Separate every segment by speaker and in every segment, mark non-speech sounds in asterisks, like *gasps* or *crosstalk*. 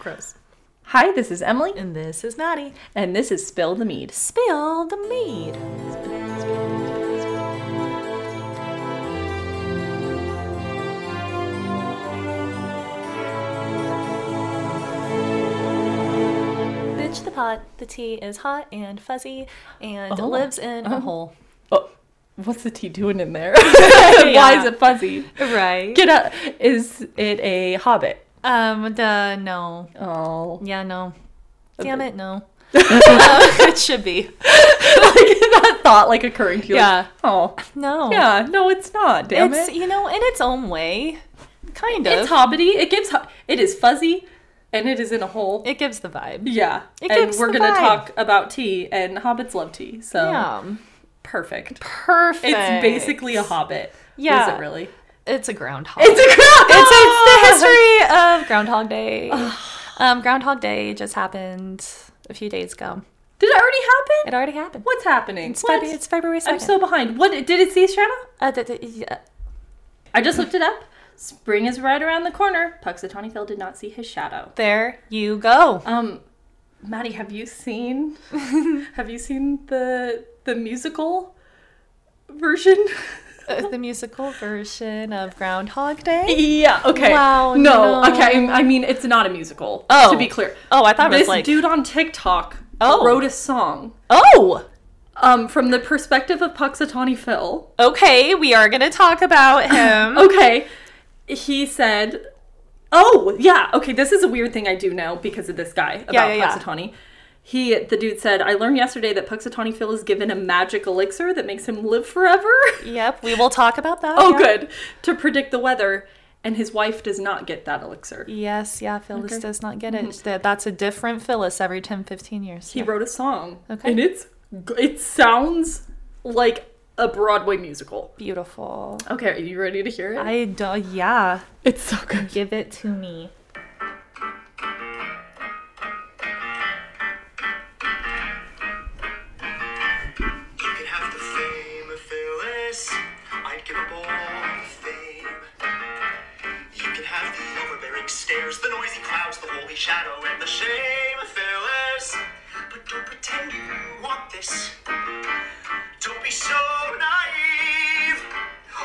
Speaker 1: Gross.
Speaker 2: Hi, this is Emily,
Speaker 1: And this is Naughty.
Speaker 2: and this is Spill the Mead.
Speaker 1: Spill the mead. Bitch the pot, the tea is hot and fuzzy and
Speaker 2: Oh.
Speaker 1: lives in
Speaker 2: Oh.
Speaker 1: a hole.
Speaker 2: Oh, what's the tea doing in *laughs* there? Why is it fuzzy?
Speaker 1: *laughs* Right.
Speaker 2: Get up. Is it a hobbit?
Speaker 1: Um, duh, no.
Speaker 2: Oh,
Speaker 1: Yeah, no.
Speaker 2: Okay.
Speaker 1: Damn it, no. *laughs* Uh, it should
Speaker 2: *laughs*
Speaker 1: be.
Speaker 2: like that thought like occurring to you. like,
Speaker 1: Yeah.
Speaker 2: oh,
Speaker 1: No.
Speaker 2: yeah. No, it's not. Damn
Speaker 1: it's,
Speaker 2: it.
Speaker 1: you know, in its own way. Kind of.
Speaker 2: It's hobbity. It gives. ho- It is fuzzy, and it is in a hole.
Speaker 1: it gives the vibe.
Speaker 2: yeah.
Speaker 1: it
Speaker 2: and
Speaker 1: gives
Speaker 2: we're
Speaker 1: the
Speaker 2: gonna
Speaker 1: vibe.
Speaker 2: talk about tea, and hobbits love tea, so
Speaker 1: Yeah.
Speaker 2: perfect.
Speaker 1: Um, Perfect.
Speaker 2: It's basically a hobbit.
Speaker 1: Yeah.
Speaker 2: Is it really?
Speaker 1: It's a groundhog.
Speaker 2: It's a crab.
Speaker 1: *laughs* it's,
Speaker 2: *laughs*
Speaker 1: it's the history of
Speaker 2: *sighs*
Speaker 1: Groundhog Day. um, Groundhog Day just happened a few days ago.
Speaker 2: Did it already happen?
Speaker 1: It already happened.
Speaker 2: What's happening?
Speaker 1: It's,
Speaker 2: What?
Speaker 1: Feb- it's February 2nd.
Speaker 2: I'm so behind. What did it see a shadow?
Speaker 1: Uh, th- th- yeah.
Speaker 2: I just looked it up. Spring is right around the corner. Puxatawny Phil did not see his shadow.
Speaker 1: There
Speaker 2: *laughs*
Speaker 1: you go.
Speaker 2: Um, Maddie, have you
Speaker 1: *laughs*
Speaker 2: seen have you seen the the musical version? *laughs*
Speaker 1: Uh, the musical version of Groundhog Day.
Speaker 2: yeah. Okay.
Speaker 1: Wow,
Speaker 2: No.
Speaker 1: no.
Speaker 2: Okay. I I mean, it's not a musical.
Speaker 1: Oh.
Speaker 2: To be clear,
Speaker 1: Oh, I thought it was
Speaker 2: this
Speaker 1: like.
Speaker 2: dude on TikTok
Speaker 1: Oh.
Speaker 2: wrote a song
Speaker 1: oh,
Speaker 2: um from the perspective of Puxatawny Phil.
Speaker 1: okay. We are gonna
Speaker 2: *gasps*
Speaker 1: talk about him.
Speaker 2: Okay. He said, "Oh, yeah. Okay, this is a weird thing I do now because of this guy about
Speaker 1: Yeah, yeah, yeah.
Speaker 2: Puxatawny." He the dude said, "I learned yesterday that Puxatawny Phil is given a magic elixir that makes him live forever."
Speaker 1: *laughs* Yep, we will talk about that.
Speaker 2: oh,
Speaker 1: yeah.
Speaker 2: good. To predict the weather, and his wife does not get that elixir.
Speaker 1: Yes, yeah, Phyllis
Speaker 2: Okay. Mm-hmm.
Speaker 1: does not get it. That- That's a different Phyllis every 10, 15 years.
Speaker 2: He wrote a song,
Speaker 1: Okay.
Speaker 2: and it's g- it sounds like a Broadway musical.
Speaker 1: Beautiful.
Speaker 2: Okay, are you ready to hear it?
Speaker 1: I do, yeah.
Speaker 2: it's so
Speaker 1: *laughs*
Speaker 2: good.
Speaker 1: Give it to me.
Speaker 3: You could have the fame of Phyllis. I'd give up all the fame. You could have the overbearing stares, the noisy clouds, the holy shadow, and the shame of Phyllis. But don't pretend you want this. Don't be so naive.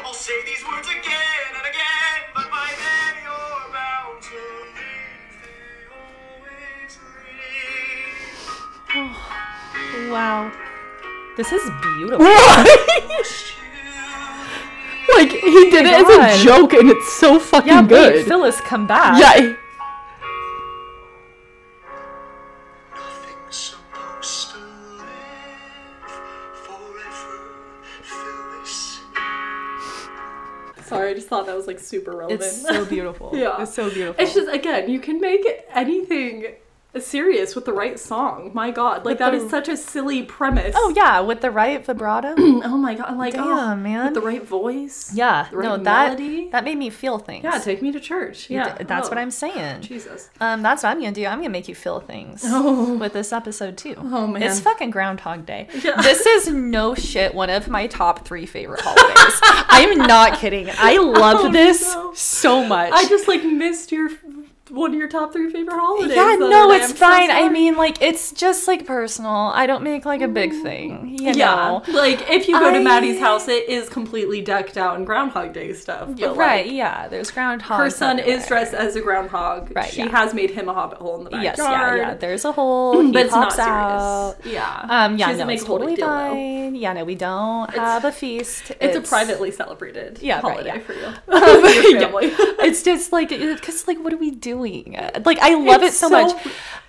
Speaker 3: I'll say these words again and again, but by then you're bound to leave. They always leave.
Speaker 1: Wow. This is beautiful.
Speaker 2: like he did
Speaker 1: Oh my God.
Speaker 2: joke, and it's so fucking
Speaker 1: Yeah, wait, Phyllis, come back.
Speaker 2: Yeah.
Speaker 3: Nothing's supposed to live forever, Phyllis.
Speaker 2: Sorry, I just thought that was like super relevant.
Speaker 1: It's so beautiful.
Speaker 2: *laughs* Yeah.
Speaker 1: It's so beautiful.
Speaker 2: It's just again, you can make anything serious with the right song. My God, like
Speaker 1: With
Speaker 2: that
Speaker 1: the-
Speaker 2: is such a silly premise.
Speaker 1: oh, yeah, with the right vibrato.
Speaker 2: *clears throat* Oh my God, like oh,
Speaker 1: Damn, man.
Speaker 2: with the right voice.
Speaker 1: yeah.
Speaker 2: the right
Speaker 1: no, that,
Speaker 2: melody.
Speaker 1: that made me feel things.
Speaker 2: yeah, take me to church.
Speaker 1: You
Speaker 2: Yeah,
Speaker 1: d- That's
Speaker 2: Oh,
Speaker 1: what I'm saying.
Speaker 2: Jesus.
Speaker 1: Um, that's what I'm gonna do. I'm gonna make you feel things
Speaker 2: *laughs* Oh.
Speaker 1: with this episode too.
Speaker 2: Oh, man.
Speaker 1: it's fucking Groundhog Day.
Speaker 2: *laughs* Yeah.
Speaker 1: This is no shit. One of my top three favorite holidays. *laughs* I'm not kidding. I love
Speaker 2: *laughs* Oh,
Speaker 1: this
Speaker 2: no.
Speaker 1: so much.
Speaker 2: I just like missed your one of your top three favorite holidays. the
Speaker 1: yeah,
Speaker 2: other
Speaker 1: no,
Speaker 2: day.
Speaker 1: it's
Speaker 2: I'm so
Speaker 1: fine. I
Speaker 2: sorry.
Speaker 1: mean, like, it's just like personal. I don't make like a big thing, you
Speaker 2: Mm. Yeah,
Speaker 1: know.
Speaker 2: like if you go to
Speaker 1: I-
Speaker 2: Maddie's house, it is completely decked out in Groundhog Day stuff. But, like,
Speaker 1: right? yeah, there's groundhog.
Speaker 2: her son is dressed as a groundhog.
Speaker 1: Right,
Speaker 2: she
Speaker 1: yeah.
Speaker 2: has made him a hobbit hole in the backyard.
Speaker 1: Yes, yeah, yeah. There's a
Speaker 2: *clears throat*
Speaker 1: hole. He
Speaker 2: but it's not
Speaker 1: pops
Speaker 2: serious.
Speaker 1: out.
Speaker 2: Yeah.
Speaker 1: Um, yeah,
Speaker 2: she doesn't
Speaker 1: no,
Speaker 2: make
Speaker 1: it's
Speaker 2: a whole big
Speaker 1: totally
Speaker 2: deal, though.
Speaker 1: fine. Yeah, no, we don't have a feast.
Speaker 2: It's, a privately celebrated
Speaker 1: Yeah, right,
Speaker 2: holiday
Speaker 1: yeah.
Speaker 2: for
Speaker 1: *laughs*
Speaker 2: you, *laughs* for your family.
Speaker 1: It's just like because like what are we doing? Like I love
Speaker 2: It's
Speaker 1: it so,
Speaker 2: so-
Speaker 1: much.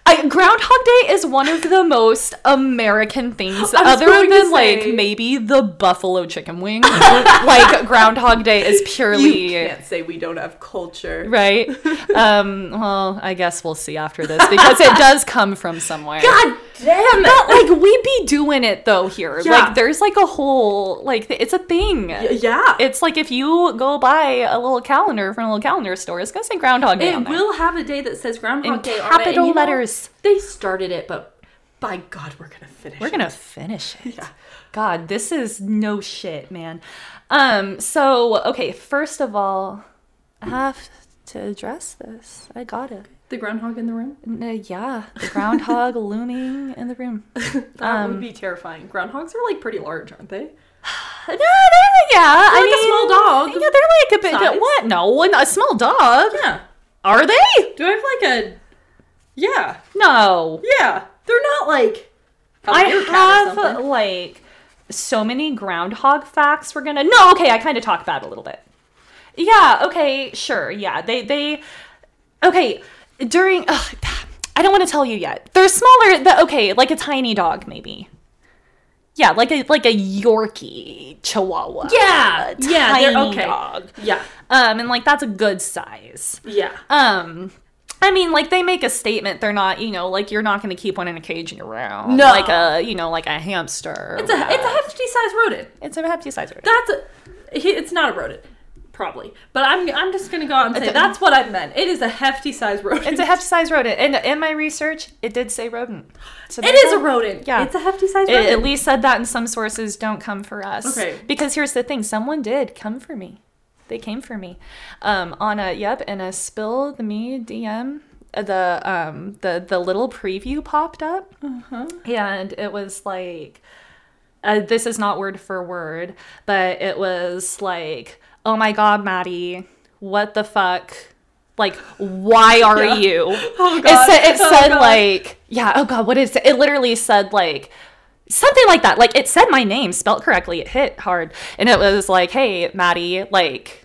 Speaker 1: I, Groundhog Day is one of the most American things,
Speaker 2: I was
Speaker 1: other
Speaker 2: going to
Speaker 1: than like
Speaker 2: say-
Speaker 1: maybe the buffalo chicken wing. *laughs* like Groundhog Day is
Speaker 2: You
Speaker 1: purely
Speaker 2: can't say we don't have culture.
Speaker 1: right. Um, well, I guess we'll see after this because it does come from somewhere.
Speaker 2: God damn
Speaker 1: But like we be doing it though here.
Speaker 2: Yeah.
Speaker 1: Like there's like a whole like it's a thing.
Speaker 2: yeah, it,
Speaker 1: It's like if you go buy a little calendar from a little calendar store, it's gonna say Groundhog Day. on there.
Speaker 2: will have a day that says Groundhog
Speaker 1: In
Speaker 2: Day on it, and
Speaker 1: capital
Speaker 2: you know, *laughs*
Speaker 1: letters.
Speaker 2: they started it, but by God, we're gonna finish.
Speaker 1: We're
Speaker 2: it.
Speaker 1: gonna finish it. God, this is no shit, man. Um, so okay, first of all, I have to address this. I got it.
Speaker 2: The groundhog in the room?
Speaker 1: N- uh, yeah, the
Speaker 2: *laughs*
Speaker 1: groundhog looming in the room.
Speaker 2: That would be terrifying. Groundhogs are like pretty large, aren't they?
Speaker 1: No, they're, yeah, I
Speaker 2: like a
Speaker 1: mean,
Speaker 2: small dog.
Speaker 1: Yeah, they're like a big
Speaker 2: Size.
Speaker 1: what? No, a small dog.
Speaker 2: Yeah.
Speaker 1: Are they?
Speaker 2: Do I have like a? Yeah,
Speaker 1: No.
Speaker 2: yeah. They're not like. a
Speaker 1: I
Speaker 2: meerkat or
Speaker 1: have
Speaker 2: something.
Speaker 1: like so many groundhog facts we're gonna No, okay, I kinda talk about it a little bit. Yeah, okay, sure, yeah. They they okay, during ugh, I don't wanna tell you yet. They're smaller the, okay, like a tiny dog maybe. Yeah, like a like a Yorkie chihuahua.
Speaker 2: Yeah, yeah. They're
Speaker 1: tiny
Speaker 2: okay.
Speaker 1: dog.
Speaker 2: Yeah,
Speaker 1: Um and like that's a good size.
Speaker 2: yeah.
Speaker 1: Um, I mean, like they make a statement. They're not, you know, like you're not going to keep one in a cage in your room.
Speaker 2: No.
Speaker 1: like a, you know, like a hamster.
Speaker 2: It's a it's a hefty sized rodent.
Speaker 1: it's a hefty size. rodent.
Speaker 2: That's a. he- It's not a rodent, probably. But I'm I'm just gonna go out and say
Speaker 1: a-
Speaker 2: that's what I meant. It is a hefty sized rodent.
Speaker 1: It's a hefty size rodent. And in my research, it did say rodent. So
Speaker 2: *laughs* It is a rodent.
Speaker 1: Yeah.
Speaker 2: it's a hefty sized
Speaker 1: It
Speaker 2: rodent.
Speaker 1: at least said that in some sources. Don't come for us.
Speaker 2: Okay.
Speaker 1: Because here's the thing: someone did come for me. They came for me. Um, on a yep, and a spill the me DM. uh, The um the the little preview popped up,
Speaker 2: Uh-huh.
Speaker 1: and it was like, uh, this is not word for word, but it was like, oh my god, Maddie, what the fuck. Like, why are
Speaker 2: Yeah.
Speaker 1: you?
Speaker 2: *laughs* Oh,
Speaker 1: It
Speaker 2: God.
Speaker 1: said,
Speaker 2: *laughs*
Speaker 1: it
Speaker 2: Oh,
Speaker 1: said
Speaker 2: God.
Speaker 1: like, yeah, oh God, what is it? It literally said like, something like that. Like it said my name spelled correctly. It hit hard, and it was like, "Hey, Maddie, like."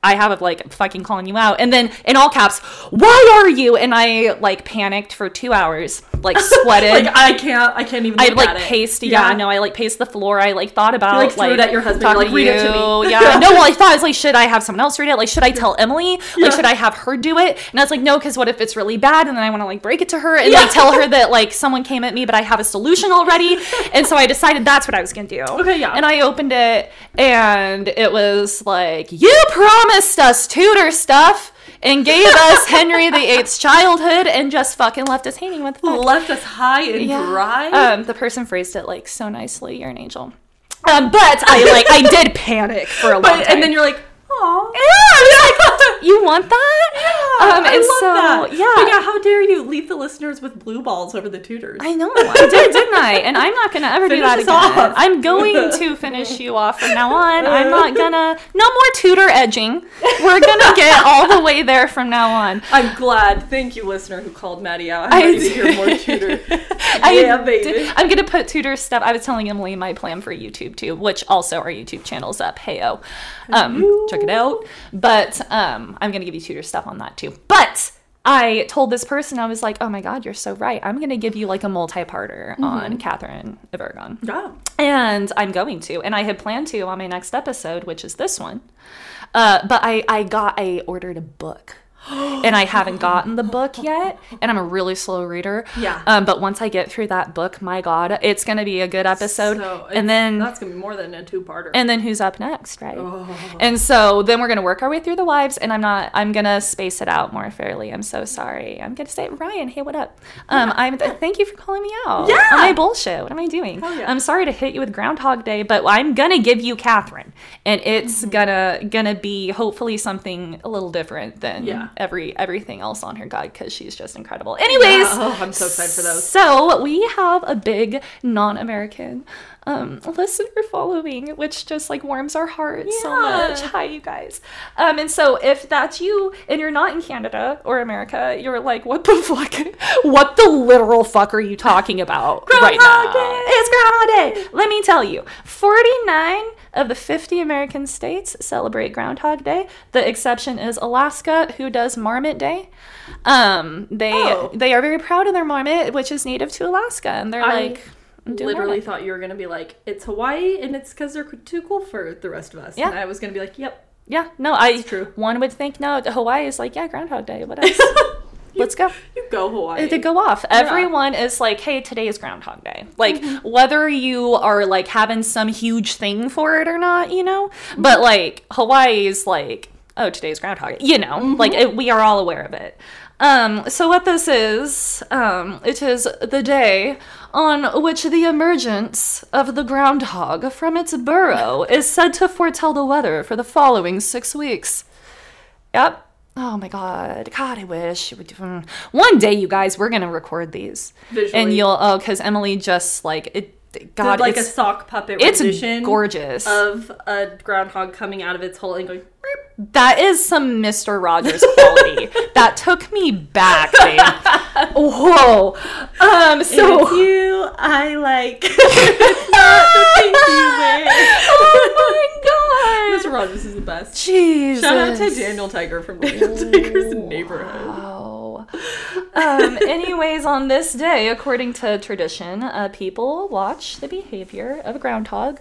Speaker 1: I have a like fucking calling you out, and then in all caps, why are you? And I like panicked for two hours,
Speaker 2: *laughs*
Speaker 1: like sweated.
Speaker 2: like I can't I can't even.
Speaker 1: I
Speaker 2: Look
Speaker 1: like
Speaker 2: at it.
Speaker 1: paced, yeah, no, I like paced the floor. I like thought about
Speaker 2: like, threw it at your husband, you're
Speaker 1: talking
Speaker 2: like, "Read it to me."
Speaker 1: yeah, no, well, I thought I was like, should I have someone else read it? Like, should I tell Emily? Like,
Speaker 2: Yeah.
Speaker 1: should I have her do it? And I was like, no, because what if it's really bad? And then I want to like break it to her and
Speaker 2: Yeah.
Speaker 1: like tell
Speaker 2: *laughs*
Speaker 1: her that like someone came at me, but I have a solution already. and so I decided that's what I was gonna do.
Speaker 2: Okay, yeah.
Speaker 1: And I opened it, and it was like, you promised us Tudor stuff. And gave us Henry VIII's childhood and just fucking left us hanging with the fuck.
Speaker 2: left us high and dry.
Speaker 1: Um, the person phrased it like so nicely. You're an angel. Um, but I like I did panic for a
Speaker 2: *laughs*
Speaker 1: long
Speaker 2: but
Speaker 1: time.
Speaker 2: and then you're like, oh.
Speaker 1: *laughs* yeah, I was
Speaker 2: *laughs*
Speaker 1: like, you want that? um, and so yeah,
Speaker 2: But yeah, how dare you leave the listeners with blue balls over the tutors?
Speaker 1: I know I did, didn't I? And I'm not gonna ever do
Speaker 2: Finish
Speaker 1: that
Speaker 2: us
Speaker 1: again.
Speaker 2: off. *laughs*
Speaker 1: I'm going to finish you off from now on. I'm not gonna no more tutor edging. We're gonna get all the way there from now on.
Speaker 2: I'm glad. Thank you, listener, who called Maddie out.
Speaker 1: I
Speaker 2: I'm ready to hear
Speaker 1: did.
Speaker 2: more
Speaker 1: *laughs*
Speaker 2: tutor.
Speaker 1: I
Speaker 2: yeah, baby.
Speaker 1: did- I'm gonna put Tudor stuff. I was telling Emily my plan for YouTube too, which also our YouTube channel's up. Heyo, um, check it out. But um, I'm gonna give you Tudor stuff on that too. But I told this person I was like, oh my god, you're so right. I'm gonna give you like a multi-parter
Speaker 2: Mm-hmm.
Speaker 1: on Catherine of Aragon,
Speaker 2: Yeah.
Speaker 1: and I'm going to, and I had planned to on my next episode, which is this one. Uh, but I I got I ordered a book.
Speaker 2: *gasps*
Speaker 1: And I haven't gotten the book yet, and I'm a really slow reader.
Speaker 2: Yeah.
Speaker 1: Um, but once I get through that book, my God, it's gonna be a good episode.
Speaker 2: So it's-
Speaker 1: and then
Speaker 2: that's gonna be more than a two-parter.
Speaker 1: and then who's up next, right?
Speaker 2: Oh.
Speaker 1: And so then we're gonna work our way through the wives, and I'm not. I'm gonna space it out more fairly. I'm so sorry. I'm gonna say, Ryan, hey, what up? Um, I'm. Thank you for calling me out.
Speaker 2: Yeah.
Speaker 1: On my bullshit. What am I doing?
Speaker 2: yeah.
Speaker 1: I'm sorry to hit you with Groundhog Day, but I'm gonna give you Catherine, and it's
Speaker 2: Mm-hmm.
Speaker 1: gonna gonna be hopefully something a little different than
Speaker 2: Yeah.
Speaker 1: every everything else on her guide because she's just incredible. Anyways.
Speaker 2: Oh, I'm so excited for those.
Speaker 1: So we have a big non-American um, listener following, which just like warms our hearts so
Speaker 2: Yeah.
Speaker 1: much. Hi, you guys. Um, and so if that's you and you're not in Canada or America, you're like, what the fuck? *laughs* What the literal fuck are you talking about right now?
Speaker 2: Groundhog Day.
Speaker 1: It's Groundhog Day. Let me tell you, 49 of the 50 American states celebrate Groundhog Day. The exception is Alaska, who does Marmot Day. Um, they
Speaker 2: Oh.
Speaker 1: they are very proud of their marmot, which is native to Alaska, and they're
Speaker 2: I
Speaker 1: like doing
Speaker 2: Literally
Speaker 1: marmot.
Speaker 2: thought you were gonna be like, it's Hawaii, and it's because they're too cool for the rest of us.
Speaker 1: Yeah.
Speaker 2: And I was gonna be like,
Speaker 1: *laughs*
Speaker 2: yep.
Speaker 1: Yeah, no, I
Speaker 2: true.
Speaker 1: one would think no. Hawaii is like yeah, Groundhog Day.
Speaker 2: *laughs*
Speaker 1: What else? Let's go.
Speaker 2: You go Hawaii.
Speaker 1: They go off. Everyone is like, hey, today is Groundhog Day. Like, whether you are like having some huge thing for it or not, you know? But like, Hawaii is like, oh, today's Groundhog Day. You know, like, it, we are all aware of it. Um, so what this is, um, it is the day on which the emergence of the groundhog from its burrow is said to foretell the weather for the following six weeks. Yep. Oh my god, God, I wish it would- mm. one day, you guys, we're gonna record these, and
Speaker 2: Visually.
Speaker 1: you'll oh, because Emily just like it. God,
Speaker 2: Did, like a
Speaker 1: it's,
Speaker 2: sock puppet
Speaker 1: it's
Speaker 2: rendition
Speaker 1: gorgeous.
Speaker 2: of a groundhog coming out of its hole and going. "Meep."
Speaker 1: that is some Mister Rogers
Speaker 2: *laughs*
Speaker 1: quality. that took me back, babe. Whoa. Um. So.
Speaker 2: If you, I like. It's not the thing
Speaker 1: *laughs*
Speaker 2: you wear. *laughs*
Speaker 1: oh my god.
Speaker 2: Mr. Rogers is the best.
Speaker 1: Jesus.
Speaker 2: Shout out to Daniel Tiger from Daniel Tiger's neighborhood.
Speaker 1: Wow. Oh. Um, *laughs* anyways, on this day, according to tradition, uh, people watch the behavior of a groundhog,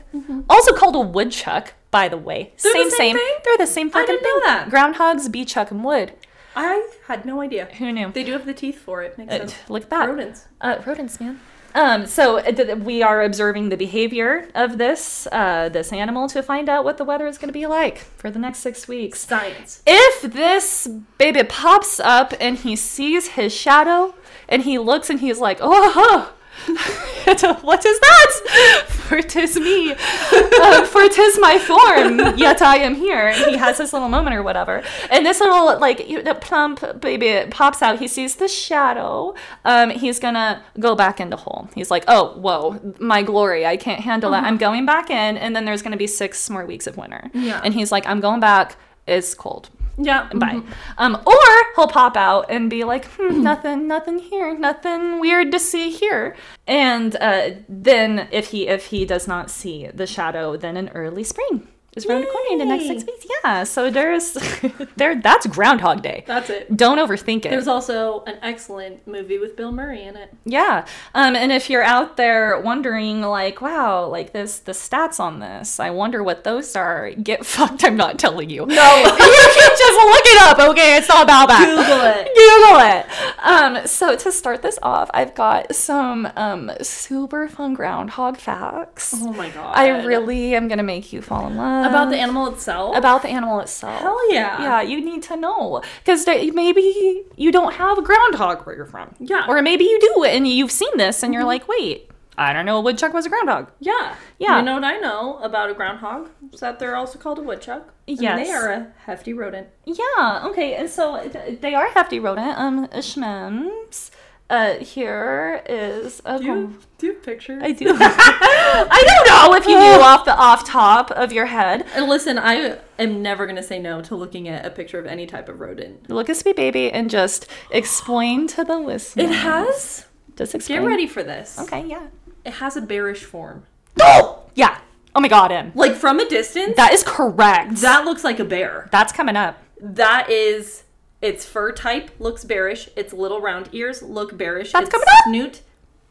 Speaker 1: also called a woodchuck. By the way,
Speaker 2: They're the same thing?
Speaker 1: They're the same fucking
Speaker 2: didn't know that.
Speaker 1: thing. Groundhogs, beechuck, and wood.
Speaker 2: I had no idea.
Speaker 1: Who knew?
Speaker 2: They do have the teeth for it. Makes
Speaker 1: Uh,
Speaker 2: sense.
Speaker 1: look at that.
Speaker 2: Rodents.
Speaker 1: Uh, rodents, man. Um, so uh, th- we are observing the behavior of this uh, this animal to find out what the weather is going to be like for the next six weeks.
Speaker 2: Science.
Speaker 1: if this baby pops up and he sees his shadow and he looks and he's like, oh, *laughs* what is that? For tis me, uh, for tis my form, yet I am here. And he has this little moment or whatever. And this little, like, you know, plump baby pops out. He sees the shadow. Um, he's gonna go back in the hole. He's like, oh, whoa, my glory. I can't handle that. I'm going back in. And then there's gonna be six more weeks of winter.
Speaker 2: Yeah.
Speaker 1: And he's like, I'm going back. It's cold.
Speaker 2: Yeah.
Speaker 1: Bye. Um, or he'll pop out and be like,
Speaker 2: Mm-hmm.
Speaker 1: hmm, nothing, nothing here, nothing weird to see here. And uh, then if he if he does not see the shadow, then an early spring is around the corner in the next six
Speaker 2: Yay.
Speaker 1: weeks. Yeah. So there's *laughs* there that's Groundhog Day.
Speaker 2: That's it.
Speaker 1: Don't overthink it.
Speaker 2: There's also an excellent movie with Bill Murray in it.
Speaker 1: Yeah. Um, and if you're out there wondering, like, wow, like this, the stats on this, I wonder what those are, get *laughs* fucked. I'm not telling *laughs* you. No. you can just look it up, okay? It's all about that.
Speaker 2: Google it.
Speaker 1: *laughs* Google it. Um, so to start this off, I've got some um, super fun groundhog facts.
Speaker 2: Oh my god.
Speaker 1: I really am going to make you fall in love.
Speaker 2: Um, about the animal itself.
Speaker 1: About the animal itself.
Speaker 2: Hell yeah.
Speaker 1: Yeah, you need to know. Because maybe you don't have a groundhog where you're from.
Speaker 2: Yeah.
Speaker 1: Or maybe you do and you've seen this and you're like, wait, I don't know a woodchuck was a groundhog.
Speaker 2: yeah.
Speaker 1: Yeah.
Speaker 2: You know what I know about a groundhog? Is that they're also called a woodchuck. and
Speaker 1: Yes.
Speaker 2: they are a hefty rodent.
Speaker 1: Yeah, okay. And so th- they are hefty rodent. Um, shmems. Uh, here is a.
Speaker 2: do you have pictures?
Speaker 1: I *laughs* do. I don't know if you knew off the off top of your head.
Speaker 2: and listen, I am never gonna say no to looking at a picture of any type of rodent.
Speaker 1: Look at Sweet Baby and just explain to the listener.
Speaker 2: It has.
Speaker 1: Just explain.
Speaker 2: Get ready for this.
Speaker 1: Okay, *gasps* yeah.
Speaker 2: It has a bearish form.
Speaker 1: Yeah. Oh my god, Em.
Speaker 2: Like from a distance,
Speaker 1: That is correct.
Speaker 2: that looks like a bear.
Speaker 1: That's coming up.
Speaker 2: That is its fur type looks bearish. Its little round ears look bearish.
Speaker 1: That's
Speaker 2: its
Speaker 1: coming up.
Speaker 2: Snoot.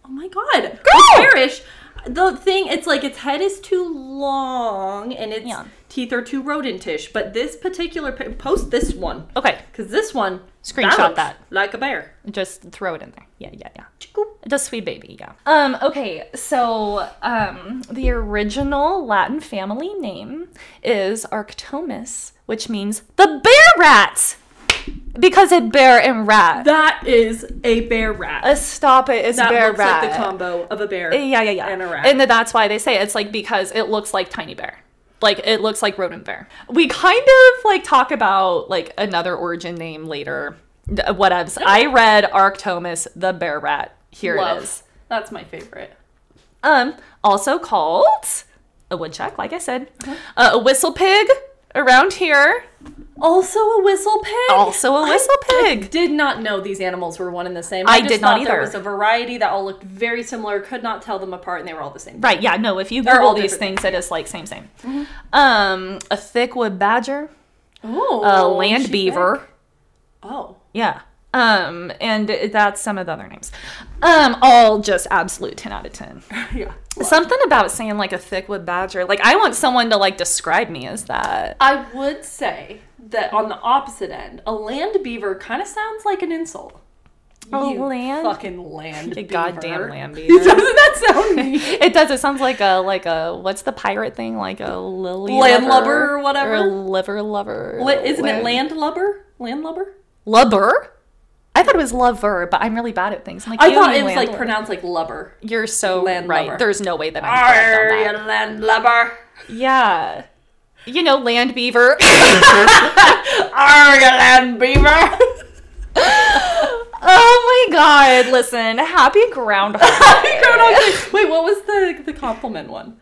Speaker 2: Oh my god. Girl.
Speaker 1: Girl!
Speaker 2: bearish. The thing, it's like its head is too long and its
Speaker 1: Yeah.
Speaker 2: teeth are too rodentish. But this particular pi- post this one
Speaker 1: Okay,
Speaker 2: because this one
Speaker 1: Screenshot
Speaker 2: looks
Speaker 1: that.
Speaker 2: like a bear.
Speaker 1: just throw it in there. Yeah, yeah, yeah.
Speaker 2: Chickoop.
Speaker 1: The sweet baby, yeah. Um, okay, so um, the original Latin family name is Arctomus, which means the bear rat, because it bear and rat.
Speaker 2: That is a bear rat.
Speaker 1: Uh, stop it, it's
Speaker 2: that
Speaker 1: bear
Speaker 2: looks
Speaker 1: rat.
Speaker 2: like the combo of a bear.
Speaker 1: yeah, yeah, yeah.
Speaker 2: And a rat.
Speaker 1: And th- that's why they say it's like because it looks like tiny bear. Like it looks like rodent bear. We kind of like talk about like another origin name later. D- Whatevs. I read Arctomus the bear rat. Here
Speaker 2: Love.
Speaker 1: it is.
Speaker 2: That's my favorite.
Speaker 1: Um, also called a woodchuck, like I said, uh, a whistle pig around here.
Speaker 2: Also a whistle pig.
Speaker 1: Also a whistle pig.
Speaker 2: did not know these animals were one and the same.
Speaker 1: I did not
Speaker 2: thought There
Speaker 1: either.
Speaker 2: was a variety that all looked very similar, could not tell them apart, and they were all the same.
Speaker 1: Right, yeah, no, if you
Speaker 2: They're
Speaker 1: Google
Speaker 2: all
Speaker 1: these
Speaker 2: different. Mm-hmm.
Speaker 1: things, it is like same, same. Um, a thick wood badger,
Speaker 2: Oh,
Speaker 1: a land beaver.
Speaker 2: Oh, *laughs*
Speaker 1: Yeah. Um, and that's some of the other names. Um, all just absolute 10 out
Speaker 2: *laughs*
Speaker 1: of 10.
Speaker 2: yeah.
Speaker 1: Something about saying like a thickwood badger. Like I want someone to like describe me as that.
Speaker 2: I would say that on the opposite end, a land beaver kind of sounds like an insult.
Speaker 1: A
Speaker 2: You
Speaker 1: Oh, land-
Speaker 2: fucking land
Speaker 1: *laughs* A
Speaker 2: beaver. *laughs*
Speaker 1: goddamn lamb
Speaker 2: Doesn't
Speaker 1: beaver.
Speaker 2: that sound mean?
Speaker 1: *laughs* it does. It sounds like a like a what's the pirate thing? Like a lily
Speaker 2: Landlubber
Speaker 1: lover?
Speaker 2: or whatever?
Speaker 1: Or liver lover.
Speaker 2: What- Isn't it land lubber? Land lubber?
Speaker 1: Lubber? I thought it was lover, but I'm really bad at things. I'm like,
Speaker 2: I
Speaker 1: you
Speaker 2: thought
Speaker 1: mean
Speaker 2: it was like
Speaker 1: landlubber.
Speaker 2: pronounced like lubber.
Speaker 1: You're so
Speaker 2: Landlubber.
Speaker 1: right. There's no way that I'm correct on
Speaker 2: Are
Speaker 1: that.
Speaker 2: you land lubber?
Speaker 1: Yeah. you know, land beaver. *laughs*
Speaker 2: Argaland
Speaker 1: *laughs*
Speaker 2: Beaver.
Speaker 1: oh my god! Listen, happy groundhog. Day.
Speaker 2: Wait, what was the the compliment one?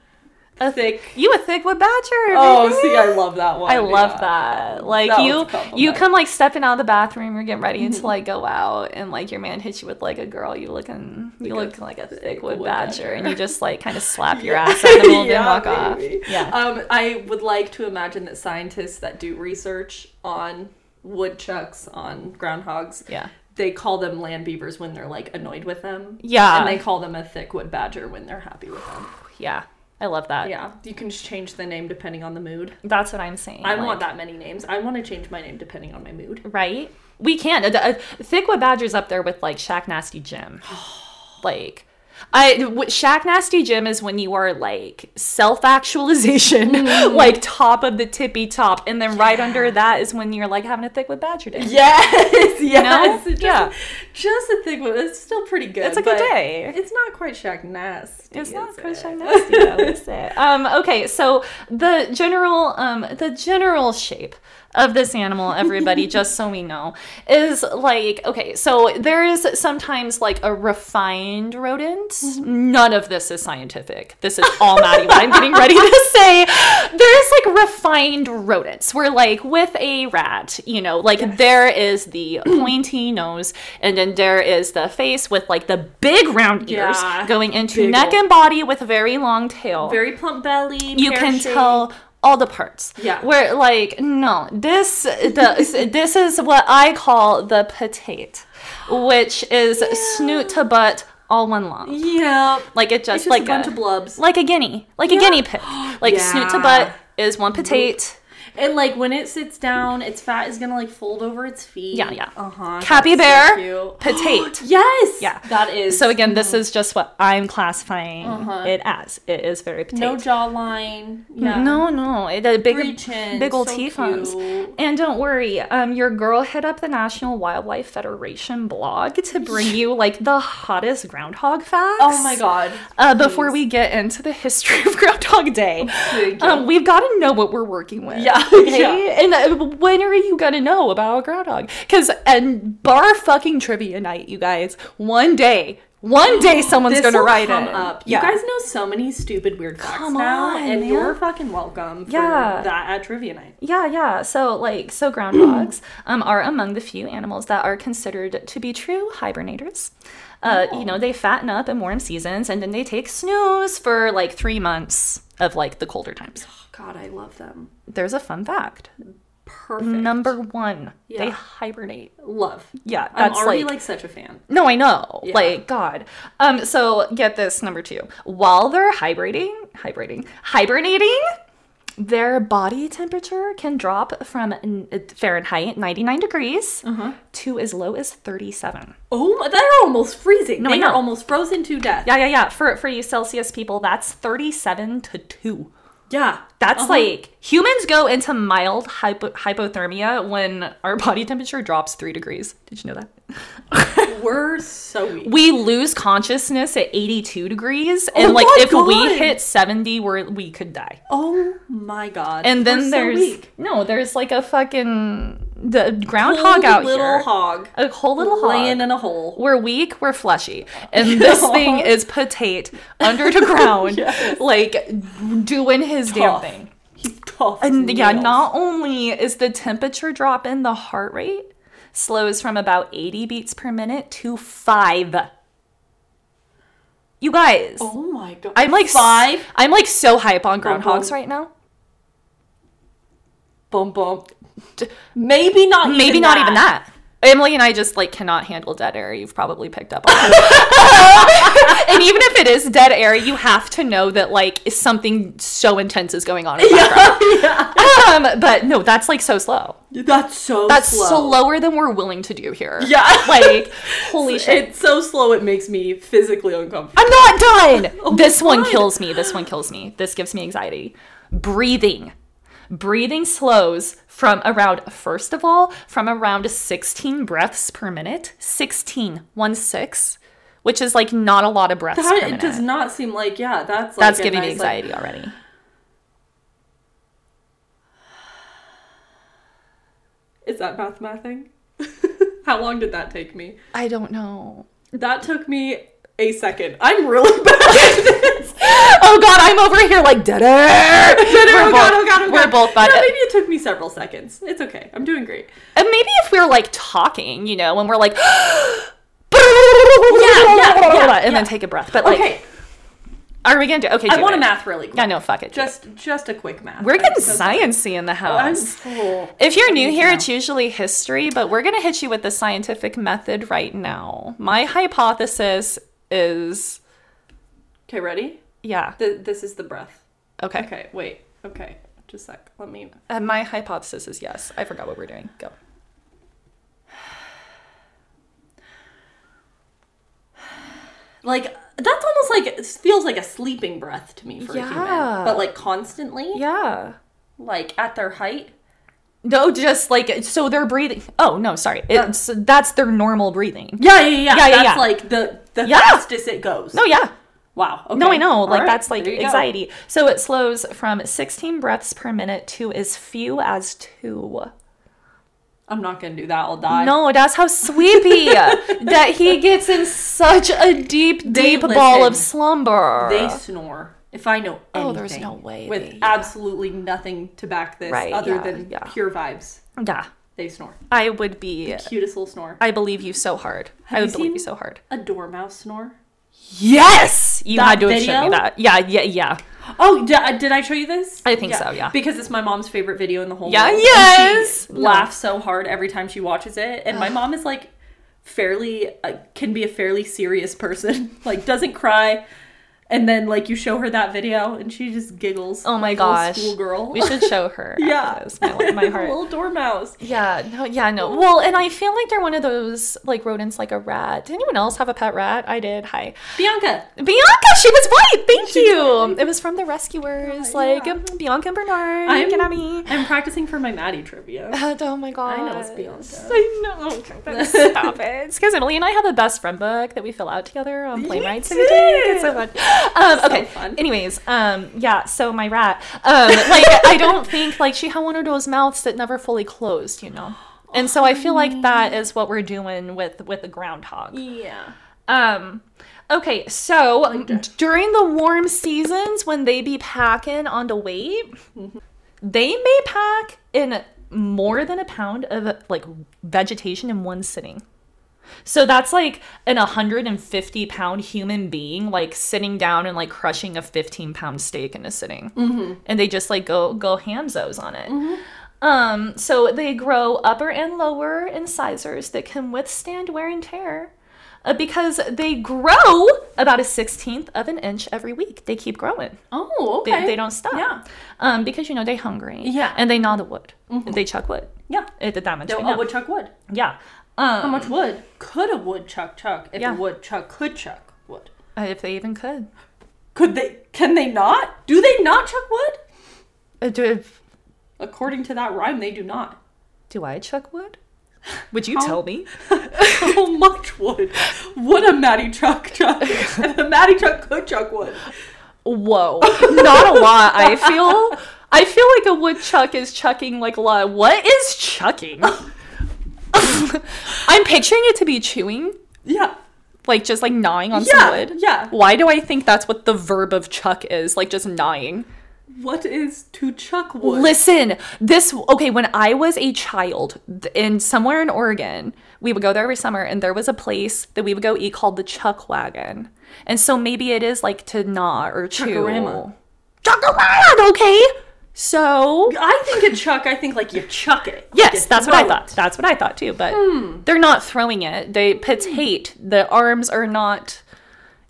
Speaker 1: A thick. You a thick wood badger.
Speaker 2: Oh,
Speaker 1: baby.
Speaker 2: see, I love that one.
Speaker 1: I love
Speaker 2: yeah.
Speaker 1: that. Like
Speaker 2: That
Speaker 1: you,
Speaker 2: was a compliment. Mm-hmm.
Speaker 1: you come like stepping out of the bathroom, you're getting ready to like go out, and like your man hits you with like a girl. You looking, you
Speaker 2: Like a
Speaker 1: look like a
Speaker 2: thick
Speaker 1: thick wood
Speaker 2: wood
Speaker 1: badger,
Speaker 2: badger.
Speaker 1: and you just
Speaker 2: *laughs*
Speaker 1: like kind of slap your ass out of the middle and walk
Speaker 2: baby.
Speaker 1: off. Yeah.
Speaker 2: Um, I would like to imagine that scientists that do research on woodchucks, on groundhogs,
Speaker 1: Yeah.
Speaker 2: they call them land beavers when they're like annoyed with them.
Speaker 1: Yeah.
Speaker 2: And they call them a thick wood badger when they're happy with them.
Speaker 1: yeah. I love that.
Speaker 2: Yeah. You can just change the name depending on the mood.
Speaker 1: That's what I'm saying.
Speaker 2: I want
Speaker 1: like-
Speaker 2: that many names. I want to change my name depending on my mood.
Speaker 1: Right? We can. Uh, uh, Thickwood Badger's up there with like Shaq Nasty Jim. like, I w- Shaq Nasty Jim is when you are like self actualization, *laughs* like top of the tippy top, and then right under that is when you're like having a Thickwood Badger day.
Speaker 2: *laughs* Yes, yes,
Speaker 1: know?
Speaker 2: just,
Speaker 1: Yeah.
Speaker 2: Just a thick wood. It's still pretty good.
Speaker 1: It's a good
Speaker 2: but
Speaker 1: day.
Speaker 2: It's not quite Shaq nasty.
Speaker 1: It's not
Speaker 2: is
Speaker 1: quite
Speaker 2: it?
Speaker 1: Shaq Nasty
Speaker 2: *laughs*
Speaker 1: though, is it? Um, okay, so the general um, the general shape of this
Speaker 2: *laughs*
Speaker 1: animal, everybody, just so we know, is like okay. So there is sometimes like a refined rodent.
Speaker 2: Mm-hmm.
Speaker 1: None of this is scientific. This is all Maddie. what I'm getting ready to *laughs* say. There's like refined rodents. Where like with a rat, you know, like there is the pointy nose, and then there is the face with like the big round ears
Speaker 2: Yeah.
Speaker 1: going into
Speaker 2: Big
Speaker 1: neck
Speaker 2: old-
Speaker 1: and body with a very long tail.
Speaker 2: Very plump belly.
Speaker 1: you can
Speaker 2: pear-shaped.
Speaker 1: tell all the parts.
Speaker 2: Yeah.
Speaker 1: Where like no, this the this is what I call the patate, which is snoot to butt all one long.
Speaker 2: Yeah.
Speaker 1: Like it
Speaker 2: It's
Speaker 1: just,
Speaker 2: just
Speaker 1: like
Speaker 2: a bunch of blubs.
Speaker 1: like a guinea, like a
Speaker 2: *gasps*
Speaker 1: guinea pig. Like snoot to
Speaker 2: Yeah.
Speaker 1: butt is one patate.
Speaker 2: And like when it sits down, its fat is gonna like fold over its feet.
Speaker 1: Yeah, yeah.
Speaker 2: Uh huh.
Speaker 1: Cappy
Speaker 2: *gasps*
Speaker 1: bear, patate.
Speaker 2: yes.
Speaker 1: Yeah.
Speaker 2: That is
Speaker 1: So again, this is just what I'm classifying
Speaker 2: Uh-huh.
Speaker 1: it as. It is very patate.
Speaker 2: no jawline. Yeah.
Speaker 1: No, no, it, the big,
Speaker 2: Three chins,
Speaker 1: big old
Speaker 2: so
Speaker 1: teeth ones.
Speaker 2: cute.
Speaker 1: And don't worry, um, your girl hit up the National Wildlife Federation blog
Speaker 2: *laughs*
Speaker 1: to bring you like the hottest groundhog facts.
Speaker 2: Oh my god.
Speaker 1: Uh, before we get into the history of *laughs* Groundhog Day,
Speaker 2: Thank you.
Speaker 1: um, we've got to know what we're working with.
Speaker 2: Oh, Yeah,
Speaker 1: okay?
Speaker 2: *laughs* yeah.
Speaker 1: And uh, when are you gonna know about a groundhog? Because and bar fucking trivia night, you guys. One day,
Speaker 2: *gasps*
Speaker 1: one day, someone's
Speaker 2: This
Speaker 1: gonna
Speaker 2: will
Speaker 1: write
Speaker 2: come
Speaker 1: it.
Speaker 2: up.
Speaker 1: Yeah.
Speaker 2: You guys know so many stupid weird facts
Speaker 1: Come
Speaker 2: now,
Speaker 1: on,
Speaker 2: and
Speaker 1: man.
Speaker 2: you're fucking welcome for
Speaker 1: Yeah.
Speaker 2: that at trivia night.
Speaker 1: Yeah, yeah. So like so
Speaker 2: *clears throat*
Speaker 1: groundhogs um, are among the few animals that are considered to be true hibernators. Uh, you
Speaker 2: Oh.
Speaker 1: know, they fatten up in warm seasons and then they take snooze for like 3 months of like the colder times.
Speaker 2: God, I love them.
Speaker 1: There's a fun fact.
Speaker 2: Perfect.
Speaker 1: Number 1, they
Speaker 2: Yeah.
Speaker 1: hibernate.
Speaker 2: love.
Speaker 1: Mm-hmm. Yeah,
Speaker 2: I'm
Speaker 1: that's
Speaker 2: already
Speaker 1: like-
Speaker 2: like, such a fan.
Speaker 1: No, I know.
Speaker 2: Yeah.
Speaker 1: Like god. Um so get this number 2. While they're hibernating, hibernating, hibernating, their body temperature can drop from n- uh, Fahrenheit 99 degrees
Speaker 2: Uh-huh.
Speaker 1: to as low as 37.
Speaker 2: Oh, my- they're almost freezing.
Speaker 1: No, I
Speaker 2: they are
Speaker 1: know.
Speaker 2: almost frozen to death.
Speaker 1: Yeah, yeah, yeah. For for you Celsius people, that's 37 to 2.
Speaker 2: yeah.
Speaker 1: That's
Speaker 2: Uh-huh.
Speaker 1: like humans go into mild hypo- hypothermia when our *laughs* body temperature drops 3 degrees. Did you know that?
Speaker 2: we're so weak.
Speaker 1: we lose consciousness at 82 degrees and like
Speaker 2: Oh my
Speaker 1: if we
Speaker 2: God.
Speaker 1: hit 70 we're, we could die
Speaker 2: Oh my god.
Speaker 1: and then
Speaker 2: We're so
Speaker 1: there's
Speaker 2: weak.
Speaker 1: no there's like a fucking the
Speaker 2: Cold
Speaker 1: groundhog out
Speaker 2: little
Speaker 1: here
Speaker 2: hog
Speaker 1: a whole little hog
Speaker 2: laying in a hole.
Speaker 1: we're weak we're fleshy and
Speaker 2: *laughs*
Speaker 1: this thing is potate under the ground
Speaker 2: Yes.
Speaker 1: like doing his damn
Speaker 2: Tough.
Speaker 1: thing
Speaker 2: He's tough. as
Speaker 1: and yeah
Speaker 2: nails.
Speaker 1: not only is the temperature drop in the heart rate slows from about 80 beats per minute to 5 you guys
Speaker 2: Oh my god.
Speaker 1: I'm like s-
Speaker 2: five.
Speaker 1: I'm like so hype on
Speaker 2: Bum,
Speaker 1: groundhogs
Speaker 2: bum.
Speaker 1: right now.
Speaker 2: Bum bum. Maybe not.
Speaker 1: Maybe
Speaker 2: even
Speaker 1: not
Speaker 2: that.
Speaker 1: even that. Emily and I just like cannot handle dead air. You've probably picked up on that. and even if it is dead air, you have to know that like something so intense is going on in the background. Um, but no, that's like so slow.
Speaker 2: That's so.
Speaker 1: That's
Speaker 2: slow.
Speaker 1: slower than we're willing to do here.
Speaker 2: Yeah.
Speaker 1: *laughs*
Speaker 2: *laughs*
Speaker 1: Like, holy shit.
Speaker 2: It's so slow. It makes me physically uncomfortable.
Speaker 1: I'm not done.
Speaker 2: *laughs* Oh my
Speaker 1: this one
Speaker 2: God.
Speaker 1: kills me. This one kills me. This gives me anxiety. Breathing. Breathing slows from around, first of all, from around 16 breaths per minute. 16, 1 6, which is like not a lot of breaths
Speaker 2: That-
Speaker 1: per
Speaker 2: it
Speaker 1: minute.
Speaker 2: does not seem like yeah. That's like
Speaker 1: That's
Speaker 2: a
Speaker 1: giving me
Speaker 2: nice, like-
Speaker 1: anxiety already.
Speaker 2: Is that math mathing? *laughs* How long did that take me?
Speaker 1: I don't know.
Speaker 2: That took me a second. I'm really *laughs* bad at this.
Speaker 1: *gasps* Oh God, I'm over here like
Speaker 2: *laughs*
Speaker 1: dead air.
Speaker 2: oh god, oh god, oh god.
Speaker 1: We're both bad.
Speaker 2: No,
Speaker 1: at-
Speaker 2: maybe it took me several seconds. It's okay. I'm doing great.
Speaker 1: And Uh, maybe if we're like talking, you know, when we're like, *gasps*
Speaker 2: yeah,
Speaker 1: and
Speaker 2: yeah.
Speaker 1: then take a breath. But like,
Speaker 2: okay,
Speaker 1: are we gonna do? Okay,
Speaker 2: I
Speaker 1: do
Speaker 2: want
Speaker 1: it.
Speaker 2: to math really quick.
Speaker 1: Yeah, no, fuck it. do it.
Speaker 2: Just just a quick math.
Speaker 1: we're
Speaker 2: I'm
Speaker 1: getting
Speaker 2: so-
Speaker 1: sciency in the
Speaker 2: I'm
Speaker 1: house.
Speaker 2: full.
Speaker 1: If you're
Speaker 2: need
Speaker 1: new
Speaker 2: to
Speaker 1: here,
Speaker 2: know.
Speaker 1: it's usually history, but we're going to hit you with the scientific method right now. My hypothesis is
Speaker 2: Okay, ready?
Speaker 1: yeah.
Speaker 2: Th- this is the breath.
Speaker 1: Okay.
Speaker 2: Okay, wait. Okay, just a sec. Let me.
Speaker 1: Uh, my hypothesis is yes. I forgot what we're doing. Go.
Speaker 2: Like that's almost like it feels like a sleeping breath to me for a
Speaker 1: Yeah.
Speaker 2: human, but like constantly,
Speaker 1: Yeah.
Speaker 2: like at their height.
Speaker 1: No, just like so they're breathing. Oh, no, sorry. It's that's their normal breathing.
Speaker 2: Yeah, yeah, yeah.
Speaker 1: Yeah, yeah,
Speaker 2: that's
Speaker 1: yeah.
Speaker 2: like the the
Speaker 1: Yeah.
Speaker 2: fastest it goes.
Speaker 1: No, Oh, yeah.
Speaker 2: Wow. Okay.
Speaker 1: No, I know.
Speaker 2: All
Speaker 1: Like
Speaker 2: right,
Speaker 1: that's like
Speaker 2: there you go.
Speaker 1: anxiety. So it slows from 16 breaths per minute to as few as 2.
Speaker 2: I'm not gonna do that. I'll die.
Speaker 1: No, that's
Speaker 2: *laughs*
Speaker 1: how sleepy that he gets in such a deep,
Speaker 2: They
Speaker 1: deep ball of
Speaker 2: listen.
Speaker 1: slumber.
Speaker 2: They snore. If I know anything.
Speaker 1: Oh, there's no way
Speaker 2: With
Speaker 1: they-
Speaker 2: absolutely nothing to back this
Speaker 1: Right,
Speaker 2: other
Speaker 1: yeah,
Speaker 2: than
Speaker 1: yeah.
Speaker 2: pure vibes,
Speaker 1: yeah,
Speaker 2: they snore.
Speaker 1: I would be.
Speaker 2: Cutest little snore.
Speaker 1: I believe you so hard. I
Speaker 2: Have
Speaker 1: would
Speaker 2: you
Speaker 1: believe you
Speaker 2: seen-
Speaker 1: so hard.
Speaker 2: A dormouse snore.
Speaker 1: Yes, you
Speaker 2: That
Speaker 1: had to have shown me
Speaker 2: video?
Speaker 1: that. Yeah, yeah, yeah.
Speaker 2: Oh, d- uh, did I show you this?
Speaker 1: I think so, yeah.
Speaker 2: Because it's my mom's favorite video in the whole
Speaker 1: Yeah,
Speaker 2: world. and she
Speaker 1: yes!
Speaker 2: laughs so hard every time she watches it, and my mom is like, fairly uh, can be a fairly serious person. *laughs* like doesn't cry, and then like you show her that video, and she just giggles.
Speaker 1: Oh my
Speaker 2: Little
Speaker 1: gosh,
Speaker 2: schoolgirl.
Speaker 1: We should show
Speaker 2: *laughs*
Speaker 1: her.
Speaker 2: yeah,
Speaker 1: yeah, this. My,
Speaker 2: *laughs*
Speaker 1: my heart.
Speaker 2: little dormouse.
Speaker 1: Yeah, no, yeah, no. Well, and I feel like they're one of those like rodents, like a rat. Did anyone else have a pet rat? I did. Hi.
Speaker 2: Bianca.
Speaker 1: Bianca, she was right. Thank you. It was from the Rescuers,
Speaker 2: Yeah,
Speaker 1: like
Speaker 2: yeah.
Speaker 1: Bianca and Bernard.
Speaker 2: I'm-
Speaker 1: Get at me.
Speaker 2: I'm practicing for my Maddie trivia.
Speaker 1: And, oh my god.
Speaker 2: know it's Bianca.
Speaker 1: I know. Okay, *laughs* then stop it. It's because Emily and I have a best friend book that we fill out together on plane
Speaker 2: You
Speaker 1: rides every day. It's so fun. Um,
Speaker 2: So
Speaker 1: okay.
Speaker 2: fun.
Speaker 1: Anyways, um, yeah. So my rat, um, like I *laughs* don't think like she had one of those mouths that never fully closed, you know. And so I feel like that is what we're doing with with the groundhog.
Speaker 2: Yeah.
Speaker 1: Um. Okay, so during the warm seasons when they be packing on the weight, they may pack in more than a pound of like vegetation in one sitting. So that's like an 150 pound human being like sitting down and like crushing a 15 pound steak in a sitting, and they just like go go hamzos on it. Um, so they grow upper and lower incisors that can withstand wear and tear uh, because they grow about a 16th of an inch every week. They keep growing.
Speaker 2: Oh,
Speaker 1: They,
Speaker 2: okay.
Speaker 1: they don't stop.
Speaker 2: Yeah.
Speaker 1: Um, because, you know, they hungry.
Speaker 2: Yeah. Mm-hmm.
Speaker 1: And they gnaw the wood. They chuck wood.
Speaker 2: Yeah.
Speaker 1: It, that much
Speaker 2: They,
Speaker 1: we
Speaker 2: a
Speaker 1: know.
Speaker 2: woodchuck would.
Speaker 1: Yeah.
Speaker 2: How
Speaker 1: Um,
Speaker 2: much wood could a woodchuck chuck if a
Speaker 1: Yeah.
Speaker 2: woodchuck could chuck wood?
Speaker 1: uh, if they even could.
Speaker 2: Could they? Can they not? Do they not chuck wood?
Speaker 1: Uh, do,
Speaker 2: According to that rhyme, they do not.
Speaker 1: do I chuck wood? Would you tell me?
Speaker 2: How much wood would a Matty Chuck chuck if a Matty Chuck could chuck wood?
Speaker 1: Whoa. *laughs* Not a
Speaker 2: *laughs*
Speaker 1: lot. I feel. I feel like a woodchuck is chucking like a lot. What is chucking?
Speaker 2: *laughs*
Speaker 1: *laughs* I'm picturing it to be chewing.
Speaker 2: Yeah.
Speaker 1: like just like gnawing on
Speaker 2: Yeah,
Speaker 1: some wood.
Speaker 2: yeah.
Speaker 1: Why do I think that's what the verb of chuck is? Like just gnawing.
Speaker 2: What is to chuck wood?
Speaker 1: Listen, this okay. When I was a child th- in somewhere in Oregon, we would go there every summer, and there was a place that we would go eat called the Chuck Wagon. And so maybe it is like to gnaw or chew.
Speaker 2: Chuckarama.
Speaker 1: Chuckarama. Okay. So
Speaker 2: I think a chuck. I think like you chuck it. Like
Speaker 1: Yes,
Speaker 2: you
Speaker 1: that's what I
Speaker 2: throw
Speaker 1: thought.
Speaker 2: it.
Speaker 1: That's what I thought too. But
Speaker 2: Hmm.
Speaker 1: they're not throwing it. They patate. The arms are not.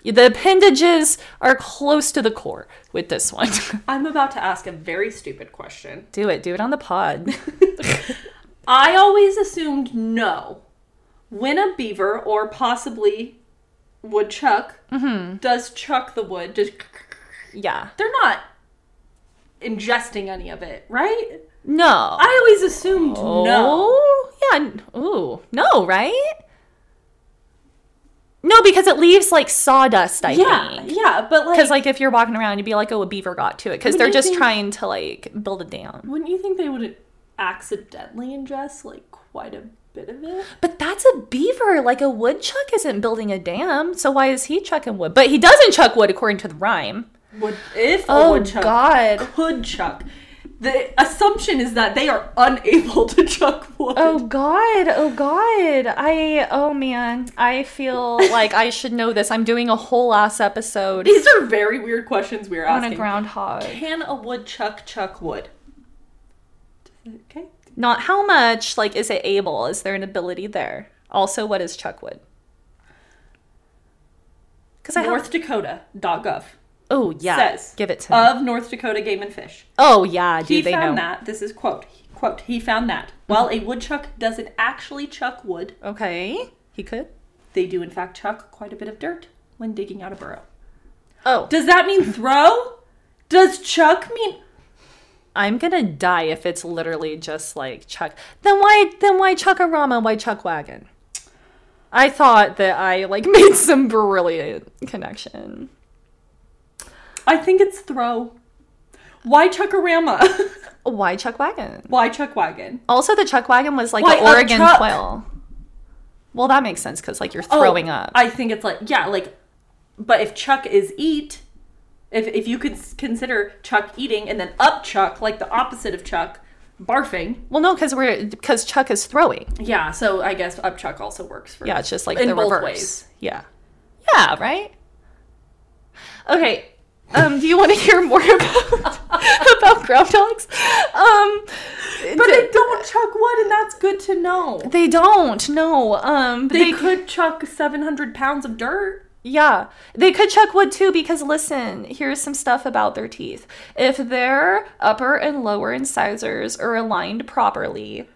Speaker 1: The appendages are close to the core with this one. *laughs*
Speaker 2: I'm about to ask a very stupid question.
Speaker 1: do it. Do it on
Speaker 2: *laughs*
Speaker 1: the pod.
Speaker 2: I always assumed no. When a beaver or possibly woodchuck does chuck the wood, just
Speaker 1: yeah.
Speaker 2: they're not ingesting any of it, right?
Speaker 1: No.
Speaker 2: I always assumed no.
Speaker 1: Oh, Yeah. n- Ooh. No. Right. No, because it leaves like sawdust. I
Speaker 2: Yeah,
Speaker 1: think.
Speaker 2: yeah, but like,
Speaker 1: Because like if you're walking around, you'd be like, oh, a beaver got to it. Because
Speaker 2: Would
Speaker 1: they're
Speaker 2: you
Speaker 1: just
Speaker 2: think-
Speaker 1: trying to like build it down.
Speaker 2: wouldn't you think they would accidentally ingest like quite a bit of it.
Speaker 1: But that's a beaver. Like a woodchuck isn't building a dam, so why is he chucking wood? But he doesn't chuck wood according to the rhyme.
Speaker 2: Would if a
Speaker 1: Oh,
Speaker 2: woodchuck
Speaker 1: God.
Speaker 2: could chuck. The assumption is that they are unable to chuck wood.
Speaker 1: Oh God! Oh God! I oh man! I *laughs* feel like I should know this. I'm doing a whole ass episode
Speaker 2: These are very weird questions we are
Speaker 1: on
Speaker 2: asking.
Speaker 1: a groundhog.
Speaker 2: Can a woodchuck chuck wood? Okay.
Speaker 1: Not how much. Like, is it able? Is there an ability there? Also, what is Chuckwood? Because I have-
Speaker 2: North Dakota.gov
Speaker 1: Oh yeah,
Speaker 2: says
Speaker 1: give it to me.
Speaker 2: of North Dakota Game and Fish.
Speaker 1: oh yeah, do
Speaker 2: He
Speaker 1: they know?
Speaker 2: found that. This is quote. Quote, he found that. While a woodchuck doesn't actually chuck wood,
Speaker 1: Okay, he could.
Speaker 2: they do in fact chuck quite a bit of dirt when digging out a burrow.
Speaker 1: Oh,
Speaker 2: Does that
Speaker 1: *laughs*
Speaker 2: mean throw? Does chuck mean
Speaker 1: I'm gonna die if it's literally just like Chuck. Then why? Then why Chuckarama? Why Chuck Wagon? I thought that I like *laughs* made some brilliant connection.
Speaker 2: I think it's throw. Why chuckarama?
Speaker 1: Why Chuck Wagon?
Speaker 2: *laughs* Why chuck wagon?
Speaker 1: Also, the Chuck Wagon was like
Speaker 2: Why
Speaker 1: the
Speaker 2: a
Speaker 1: Oregon
Speaker 2: truck?
Speaker 1: Trail. Well, that makes sense because like you're throwing
Speaker 2: Oh,
Speaker 1: up.
Speaker 2: I think it's like yeah, like but if chuck is eat, if if you could s- consider chuck eating and then up chuck like the opposite of chuck, barfing.
Speaker 1: well, no, because we're because Chuck is throwing.
Speaker 2: Yeah, so I guess up chuck also works for
Speaker 1: Yeah, it's just like
Speaker 2: in
Speaker 1: the
Speaker 2: both
Speaker 1: reverse.
Speaker 2: ways.
Speaker 1: Yeah. Yeah, right? Okay. Um, do you want to hear more *laughs* about about groundhogs? Um
Speaker 2: But
Speaker 1: th-
Speaker 2: they don't chuck wood, and that's good to know.
Speaker 1: they don't, no. Um but
Speaker 2: They,
Speaker 1: they,
Speaker 2: could chuck 700 pounds of dirt.
Speaker 1: yeah. They could chuck wood too, because listen, here's some stuff about their teeth. If their upper and lower incisors are aligned properly,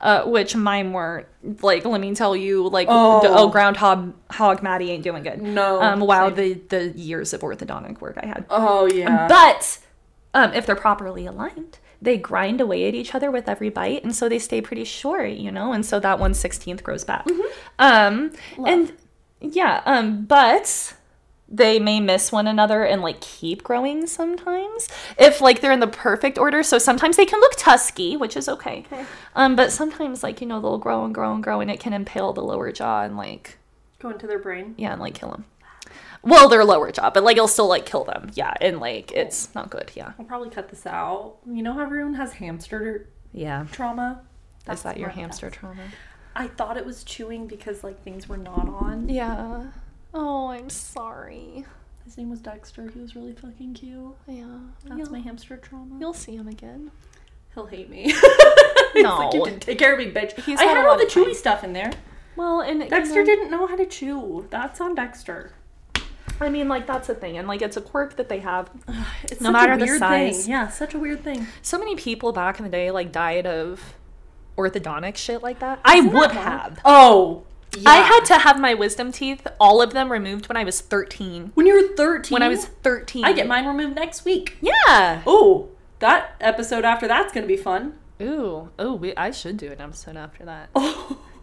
Speaker 1: uh, which mine weren't. Like, let me tell you, like,
Speaker 2: Oh.
Speaker 1: oh, oh groundhog, hog Maddie ain't doing good.
Speaker 2: No.
Speaker 1: Um, wow, the the years of orthodontic work I had.
Speaker 2: Oh, yeah.
Speaker 1: But um, if they're properly aligned, they grind away at each other with every bite, and so they stay pretty short, you know. And so that one sixteenth grows back. Um, and yeah, um, but they may miss one another and like keep growing sometimes if like they're in the perfect order. So sometimes they can look tusky, which is okay. Um, but sometimes like you know they'll grow and grow and grow, and it can impale the lower jaw and like
Speaker 2: Go into their brain.
Speaker 1: yeah, and like kill them. Well, their lower jaw, but like it'll still like kill them. Yeah, and like it's not good. Yeah,
Speaker 2: I'll probably cut this out. You know how everyone has hamster
Speaker 1: yeah.
Speaker 2: trauma?
Speaker 1: Is that your
Speaker 2: mine.
Speaker 1: hamster trauma?
Speaker 2: I thought it was chewing because like things were not on.
Speaker 1: Yeah. Oh, I'm sorry.
Speaker 2: His name was Dexter. He was really fucking cute.
Speaker 1: Yeah,
Speaker 2: That's my hamster trauma.
Speaker 1: you'll see him again.
Speaker 2: He'll hate me. *laughs* He's like, you
Speaker 1: No.
Speaker 2: didn't take care of me, bitch.
Speaker 1: He's
Speaker 2: I
Speaker 1: had
Speaker 2: had
Speaker 1: a
Speaker 2: all
Speaker 1: lot
Speaker 2: the
Speaker 1: of time.
Speaker 2: chewy stuff in there.
Speaker 1: Well, and you
Speaker 2: Dexter
Speaker 1: know,
Speaker 2: didn't know how to chew. That's on Dexter.
Speaker 1: I mean, like that's a thing, and like it's a quirk that they have.
Speaker 2: It's
Speaker 1: No
Speaker 2: such
Speaker 1: matter
Speaker 2: a
Speaker 1: the
Speaker 2: weird
Speaker 1: size.
Speaker 2: Thing. Yeah, such a weird thing.
Speaker 1: So many people back in the day like died of orthodontic shit like that. I would have.
Speaker 2: Oh.
Speaker 1: I had to have my wisdom teeth, all of them removed when I was 13.
Speaker 2: When you were 13.
Speaker 1: When I was 13.
Speaker 2: I get mine removed next week.
Speaker 1: Yeah.
Speaker 2: Oh, that episode after that's going to be fun.
Speaker 1: Ooh, oh, we, I should do an episode after that.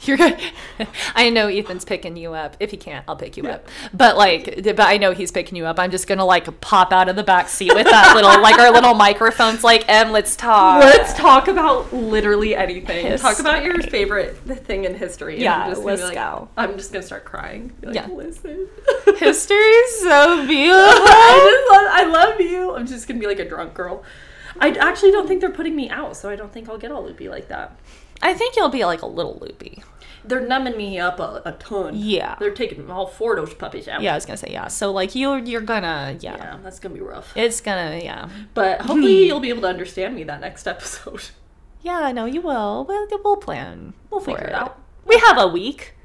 Speaker 1: You're gonna, *laughs* I know Ethan's picking you up. If he can't, I'll pick you up. But like, but I know he's picking you up. I'm just gonna like pop out of the back seat with that little, *laughs* like our little microphones. Like, Em, let's talk.
Speaker 2: *laughs* Let's talk about literally anything. Talk about your
Speaker 1: History.
Speaker 2: favorite thing in history. and
Speaker 1: Yeah,
Speaker 2: I'm just gonna be
Speaker 1: let's
Speaker 2: like-
Speaker 1: go.
Speaker 2: I'm just going to start crying. Be like,
Speaker 1: Yeah.
Speaker 2: Listen. *laughs*
Speaker 1: History is so *laughs* beautiful.
Speaker 2: I, just love, I love you. I'm just going to be like a drunk girl. I actually don't think they're putting me out, so I don't think I'll get all loopy like that.
Speaker 1: I think you'll be like a little loopy.
Speaker 2: They're numbing me up a, a ton.
Speaker 1: Yeah.
Speaker 2: They're taking all four of those puppies out.
Speaker 1: Yeah, I was gonna say yeah. So like you, you're gonna yeah.
Speaker 2: Yeah, that's going to be rough.
Speaker 1: It's gonna yeah.
Speaker 2: But hopefully you'll be able to understand me that
Speaker 1: *laughs*
Speaker 2: next episode.
Speaker 1: Yeah, I know you will. We'll we'll plan.
Speaker 2: We'll
Speaker 1: for
Speaker 2: figure it out.
Speaker 1: We have a week.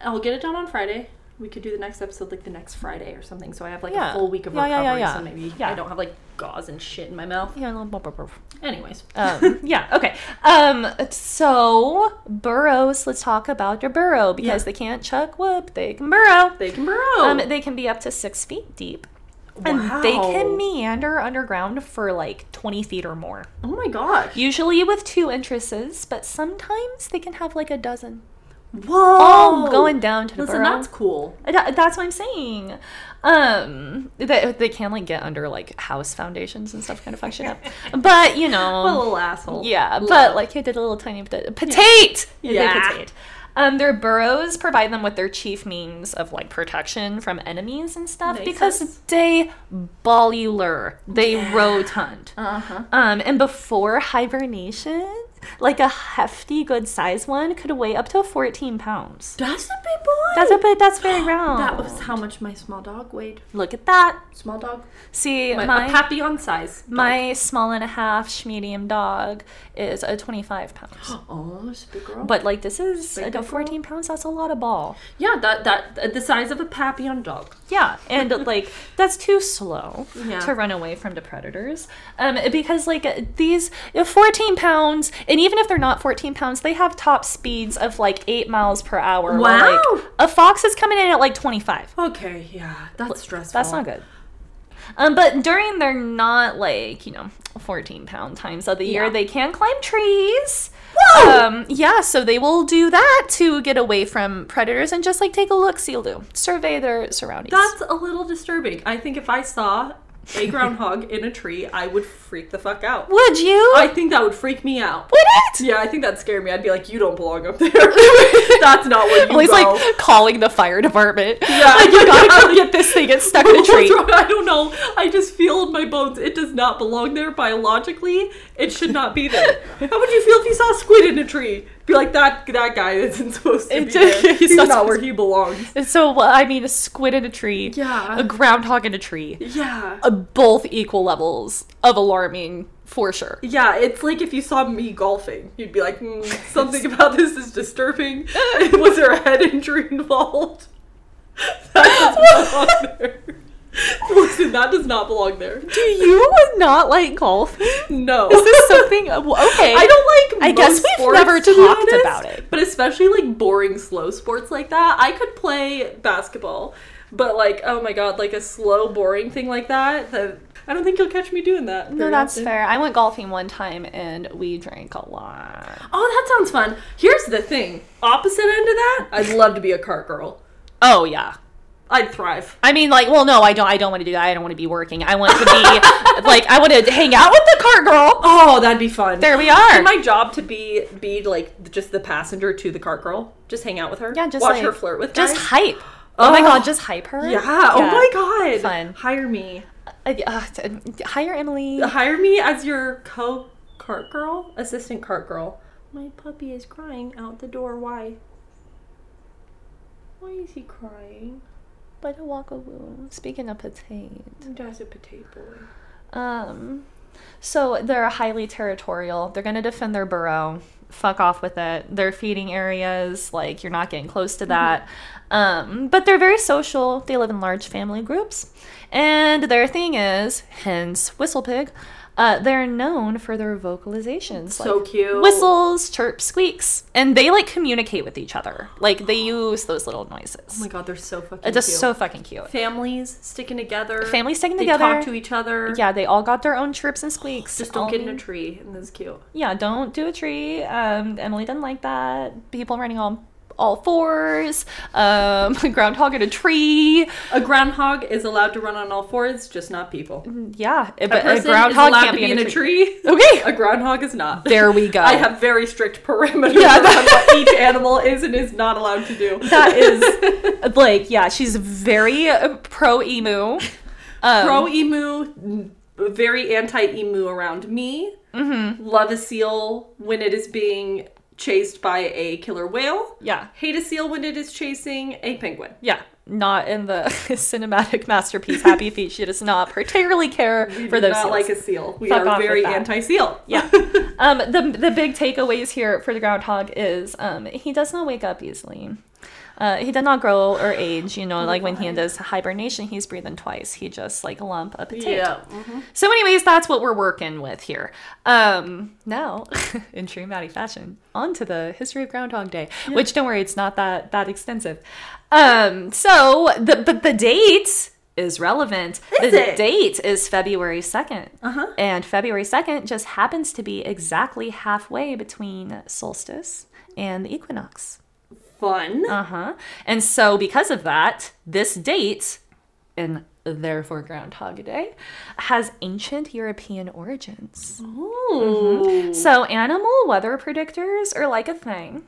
Speaker 2: I'll get it done on Friday. We could do the next episode like the next Friday or something. So I have like a
Speaker 1: Yeah.
Speaker 2: full week of
Speaker 1: Yeah, yeah,
Speaker 2: recovery.
Speaker 1: yeah, yeah.
Speaker 2: So maybe
Speaker 1: Yeah.
Speaker 2: I don't have like gauze and shit in my mouth.
Speaker 1: Yeah. a little blah, blah, blah.
Speaker 2: Anyways. *laughs*
Speaker 1: um, yeah okay um so burrows let's talk about your burrow because
Speaker 2: Yeah.
Speaker 1: they can't chuck wood they can burrow
Speaker 2: they can burrow.
Speaker 1: um, they can be up to six feet deep and they
Speaker 2: Wow.
Speaker 1: can meander underground for like 20 feet or more
Speaker 2: oh my gosh.
Speaker 1: usually with two entrances but sometimes they can have like a dozen
Speaker 2: Whoa.
Speaker 1: all going down to the
Speaker 2: Listen,
Speaker 1: borough.
Speaker 2: that's cool.
Speaker 1: Uh, tha- That's what I'm saying. Um, they, they can like get under like house foundations and stuff, kind of fuck shit *laughs* up. But you know,
Speaker 2: What a little asshole.
Speaker 1: Um, yeah,
Speaker 2: Love.
Speaker 1: but like he did a little tiny potato. Potate! Yeah.
Speaker 2: Yeah.
Speaker 1: potate. Um, their burrows provide them with their chief means of like protection from enemies and stuff
Speaker 2: Makes
Speaker 1: because
Speaker 2: sense.
Speaker 1: they bolular, they rotund.
Speaker 2: Uh-huh.
Speaker 1: Um, and before hibernation, like a hefty, good sized one could weigh up to 14 pounds.
Speaker 2: That's a big boy.
Speaker 1: That's a bit, that's very
Speaker 2: *gasps*
Speaker 1: round.
Speaker 2: That was how much my small dog weighed.
Speaker 1: Look at that.
Speaker 2: Small dog.
Speaker 1: See,
Speaker 2: My,
Speaker 1: my,
Speaker 2: a papillon size. dog.
Speaker 1: my small and a half schmedium dog is a 25 pounds. *gasps*
Speaker 2: Oh, *gasps* that's a big girl.
Speaker 1: But like this is
Speaker 2: Big
Speaker 1: like
Speaker 2: girl.
Speaker 1: 14 pounds. That's a lot of ball.
Speaker 2: yeah, that that uh, the size of a papillon dog.
Speaker 1: Yeah, *laughs* and like that's too slow
Speaker 2: Yeah.
Speaker 1: to run away from the predators. Um, because like these 14 pounds, and even if they're not 14 pounds, they have top speeds of like eight miles per hour. while, like,
Speaker 2: Wow.
Speaker 1: a fox is coming in at like 25.
Speaker 2: Okay, yeah, that's stressful.
Speaker 1: That's not good. Um, but during their not like you know 14 pound times of the year,
Speaker 2: Yeah.
Speaker 1: they can climb trees.
Speaker 2: Whoa!
Speaker 1: Um, yeah, so they will do that to get away from predators and just like take a look. See, do survey their surroundings.
Speaker 2: That's a little disturbing. I think if I saw a groundhog in a tree, I would freak the fuck out.
Speaker 1: would you?
Speaker 2: I think that would freak me out.
Speaker 1: would it?
Speaker 2: Yeah, I think that'd scare me. I'd be like, you don't belong up there. *laughs* That's not where you
Speaker 1: *laughs* At least
Speaker 2: go.
Speaker 1: like calling the fire department.
Speaker 2: Yeah.
Speaker 1: like you gotta go get this thing. It's
Speaker 2: *laughs*
Speaker 1: stuck in a tree.
Speaker 2: I don't know. I just feel in my bones it does not belong there biologically. It should not be there. How would you feel if you saw a squid in a tree? Be like that that guy isn't supposed to
Speaker 1: It-
Speaker 2: be there.
Speaker 1: he's
Speaker 2: He's,
Speaker 1: not
Speaker 2: not,
Speaker 1: supposed-
Speaker 2: where he belongs.
Speaker 1: And so well, I mean, a squid in a tree.
Speaker 2: Yeah.
Speaker 1: A groundhog in a tree.
Speaker 2: Yeah.
Speaker 1: Uh, both equal levels of alarming for sure.
Speaker 2: Yeah, it's like if you saw me golfing, you'd be like, "Hmm, something about this is disturbing. *laughs* Was there a head injury involved? *laughs* That does
Speaker 1: *laughs*
Speaker 2: not belong there. Listen, that does not belong there.
Speaker 1: Do you not like golf? Is
Speaker 2: No.
Speaker 1: this something? uh, well, Okay.
Speaker 2: *laughs* I don't like.
Speaker 1: I guess
Speaker 2: most
Speaker 1: we've
Speaker 2: sports,
Speaker 1: never
Speaker 2: to be
Speaker 1: talked
Speaker 2: honest,
Speaker 1: about it.
Speaker 2: but especially like boring slow sports like that. I could play basketball, but like, oh my god, like a slow boring thing like that. that I don't think you'll catch me doing that.
Speaker 1: No,
Speaker 2: very
Speaker 1: that's
Speaker 2: often.
Speaker 1: fair. I went golfing one time and we drank a lot.
Speaker 2: Oh, that sounds fun. Here's the thing: opposite end of that, I'd love to be a cart girl.
Speaker 1: Oh yeah.
Speaker 2: I'd thrive.
Speaker 1: I mean, like, well, no, I don't. I don't want to do that. I don't want to be working. I want to be *laughs* like, I want to hang out with the cart girl.
Speaker 2: Oh, that'd be fun.
Speaker 1: There we are.
Speaker 2: Is my job to be be like just the passenger to the cart girl. Just hang out with her.
Speaker 1: yeah, just
Speaker 2: watch
Speaker 1: like,
Speaker 2: her flirt with
Speaker 1: Just
Speaker 2: guys.
Speaker 1: hype. Oh, my
Speaker 2: Oh.
Speaker 1: god, just hype her.
Speaker 2: yeah. Oh my god.
Speaker 1: Fun.
Speaker 2: Hire me.
Speaker 1: god. Uh, t- hire Emily.
Speaker 2: hire me as your co cart girl, assistant cart girl. My puppy is crying out the door. Why? Why is he crying?
Speaker 1: But a walk a woo. Speaking of potato.
Speaker 2: That's a potato boy.
Speaker 1: Um, so they're highly territorial. They're going to defend their burrow. Fuck off with it. Their feeding areas, like you're not getting close to
Speaker 2: Mm-hmm.
Speaker 1: that. Um, but they're very social. They live in large family groups, and their thing is, hence whistle pig. Uh, they're known for their vocalizations,
Speaker 2: So cute.
Speaker 1: whistles, chirps, squeaks, and they like communicate with each other. Like they use those little noises.
Speaker 2: Oh my god, they're so fucking
Speaker 1: it's just
Speaker 2: cute.
Speaker 1: so fucking cute.
Speaker 2: families sticking together.
Speaker 1: Families sticking
Speaker 2: they
Speaker 1: together.
Speaker 2: talk to each other.
Speaker 1: Yeah, they all got their own chirps and squeaks. Um,
Speaker 2: Just don't
Speaker 1: All
Speaker 2: get in a
Speaker 1: mean-
Speaker 2: tree, and that's cute.
Speaker 1: yeah, don't do a tree. Um, Emily didn't like that. People running on all fours, um, *laughs* groundhog in a tree.
Speaker 2: *laughs* A groundhog is allowed to run on all fours, just not people.
Speaker 1: Yeah, but
Speaker 2: A person is allowed to be in a tree. *laughs*
Speaker 1: Okay.
Speaker 2: A groundhog is not.
Speaker 1: There we
Speaker 2: *laughs*
Speaker 1: go.
Speaker 2: I have very strict parameters
Speaker 1: Yeah,
Speaker 2: on what *laughs* each animal is and is not allowed to do. *laughs*
Speaker 1: That is like, yeah, she's very uh, pro emu. Um,
Speaker 2: pro emu, very anti emu around me. Mm-hmm. Love a seal when it is being chased by a killer whale.
Speaker 1: yeah,
Speaker 2: Hate a seal when it is chasing a penguin.
Speaker 1: yeah. Not in the *laughs* cinematic masterpiece Happy Feet. She does not particularly care
Speaker 2: We
Speaker 1: for
Speaker 2: do
Speaker 1: those.
Speaker 2: not
Speaker 1: seals.
Speaker 2: like a seal. We
Speaker 1: Fuck off
Speaker 2: are very
Speaker 1: with that.
Speaker 2: anti seal.
Speaker 1: yeah. *laughs* Um, the the big takeaways here for the groundhog is um, he does not wake up easily. Uh, he did not grow or age. You know, like when he does hibernation, he's breathing twice. He just like lump a potato.
Speaker 2: Yeah.
Speaker 1: So, anyways, that's what we're working with here. Um, now, *laughs* in true Maddie fashion, on to the history of Groundhog Day, which don't worry, it's not that that extensive. Um, so the but the date is relevant.
Speaker 2: Is
Speaker 1: the
Speaker 2: it?
Speaker 1: date is February 2nd. Uh-huh. And February 2nd just happens to be exactly halfway between solstice and the equinox.
Speaker 2: fun.
Speaker 1: Uh huh. And so, because of that, this date, and therefore Groundhog Day, has ancient European origins.
Speaker 2: Mm. Ooh.
Speaker 1: So, animal weather predictors are like a thing.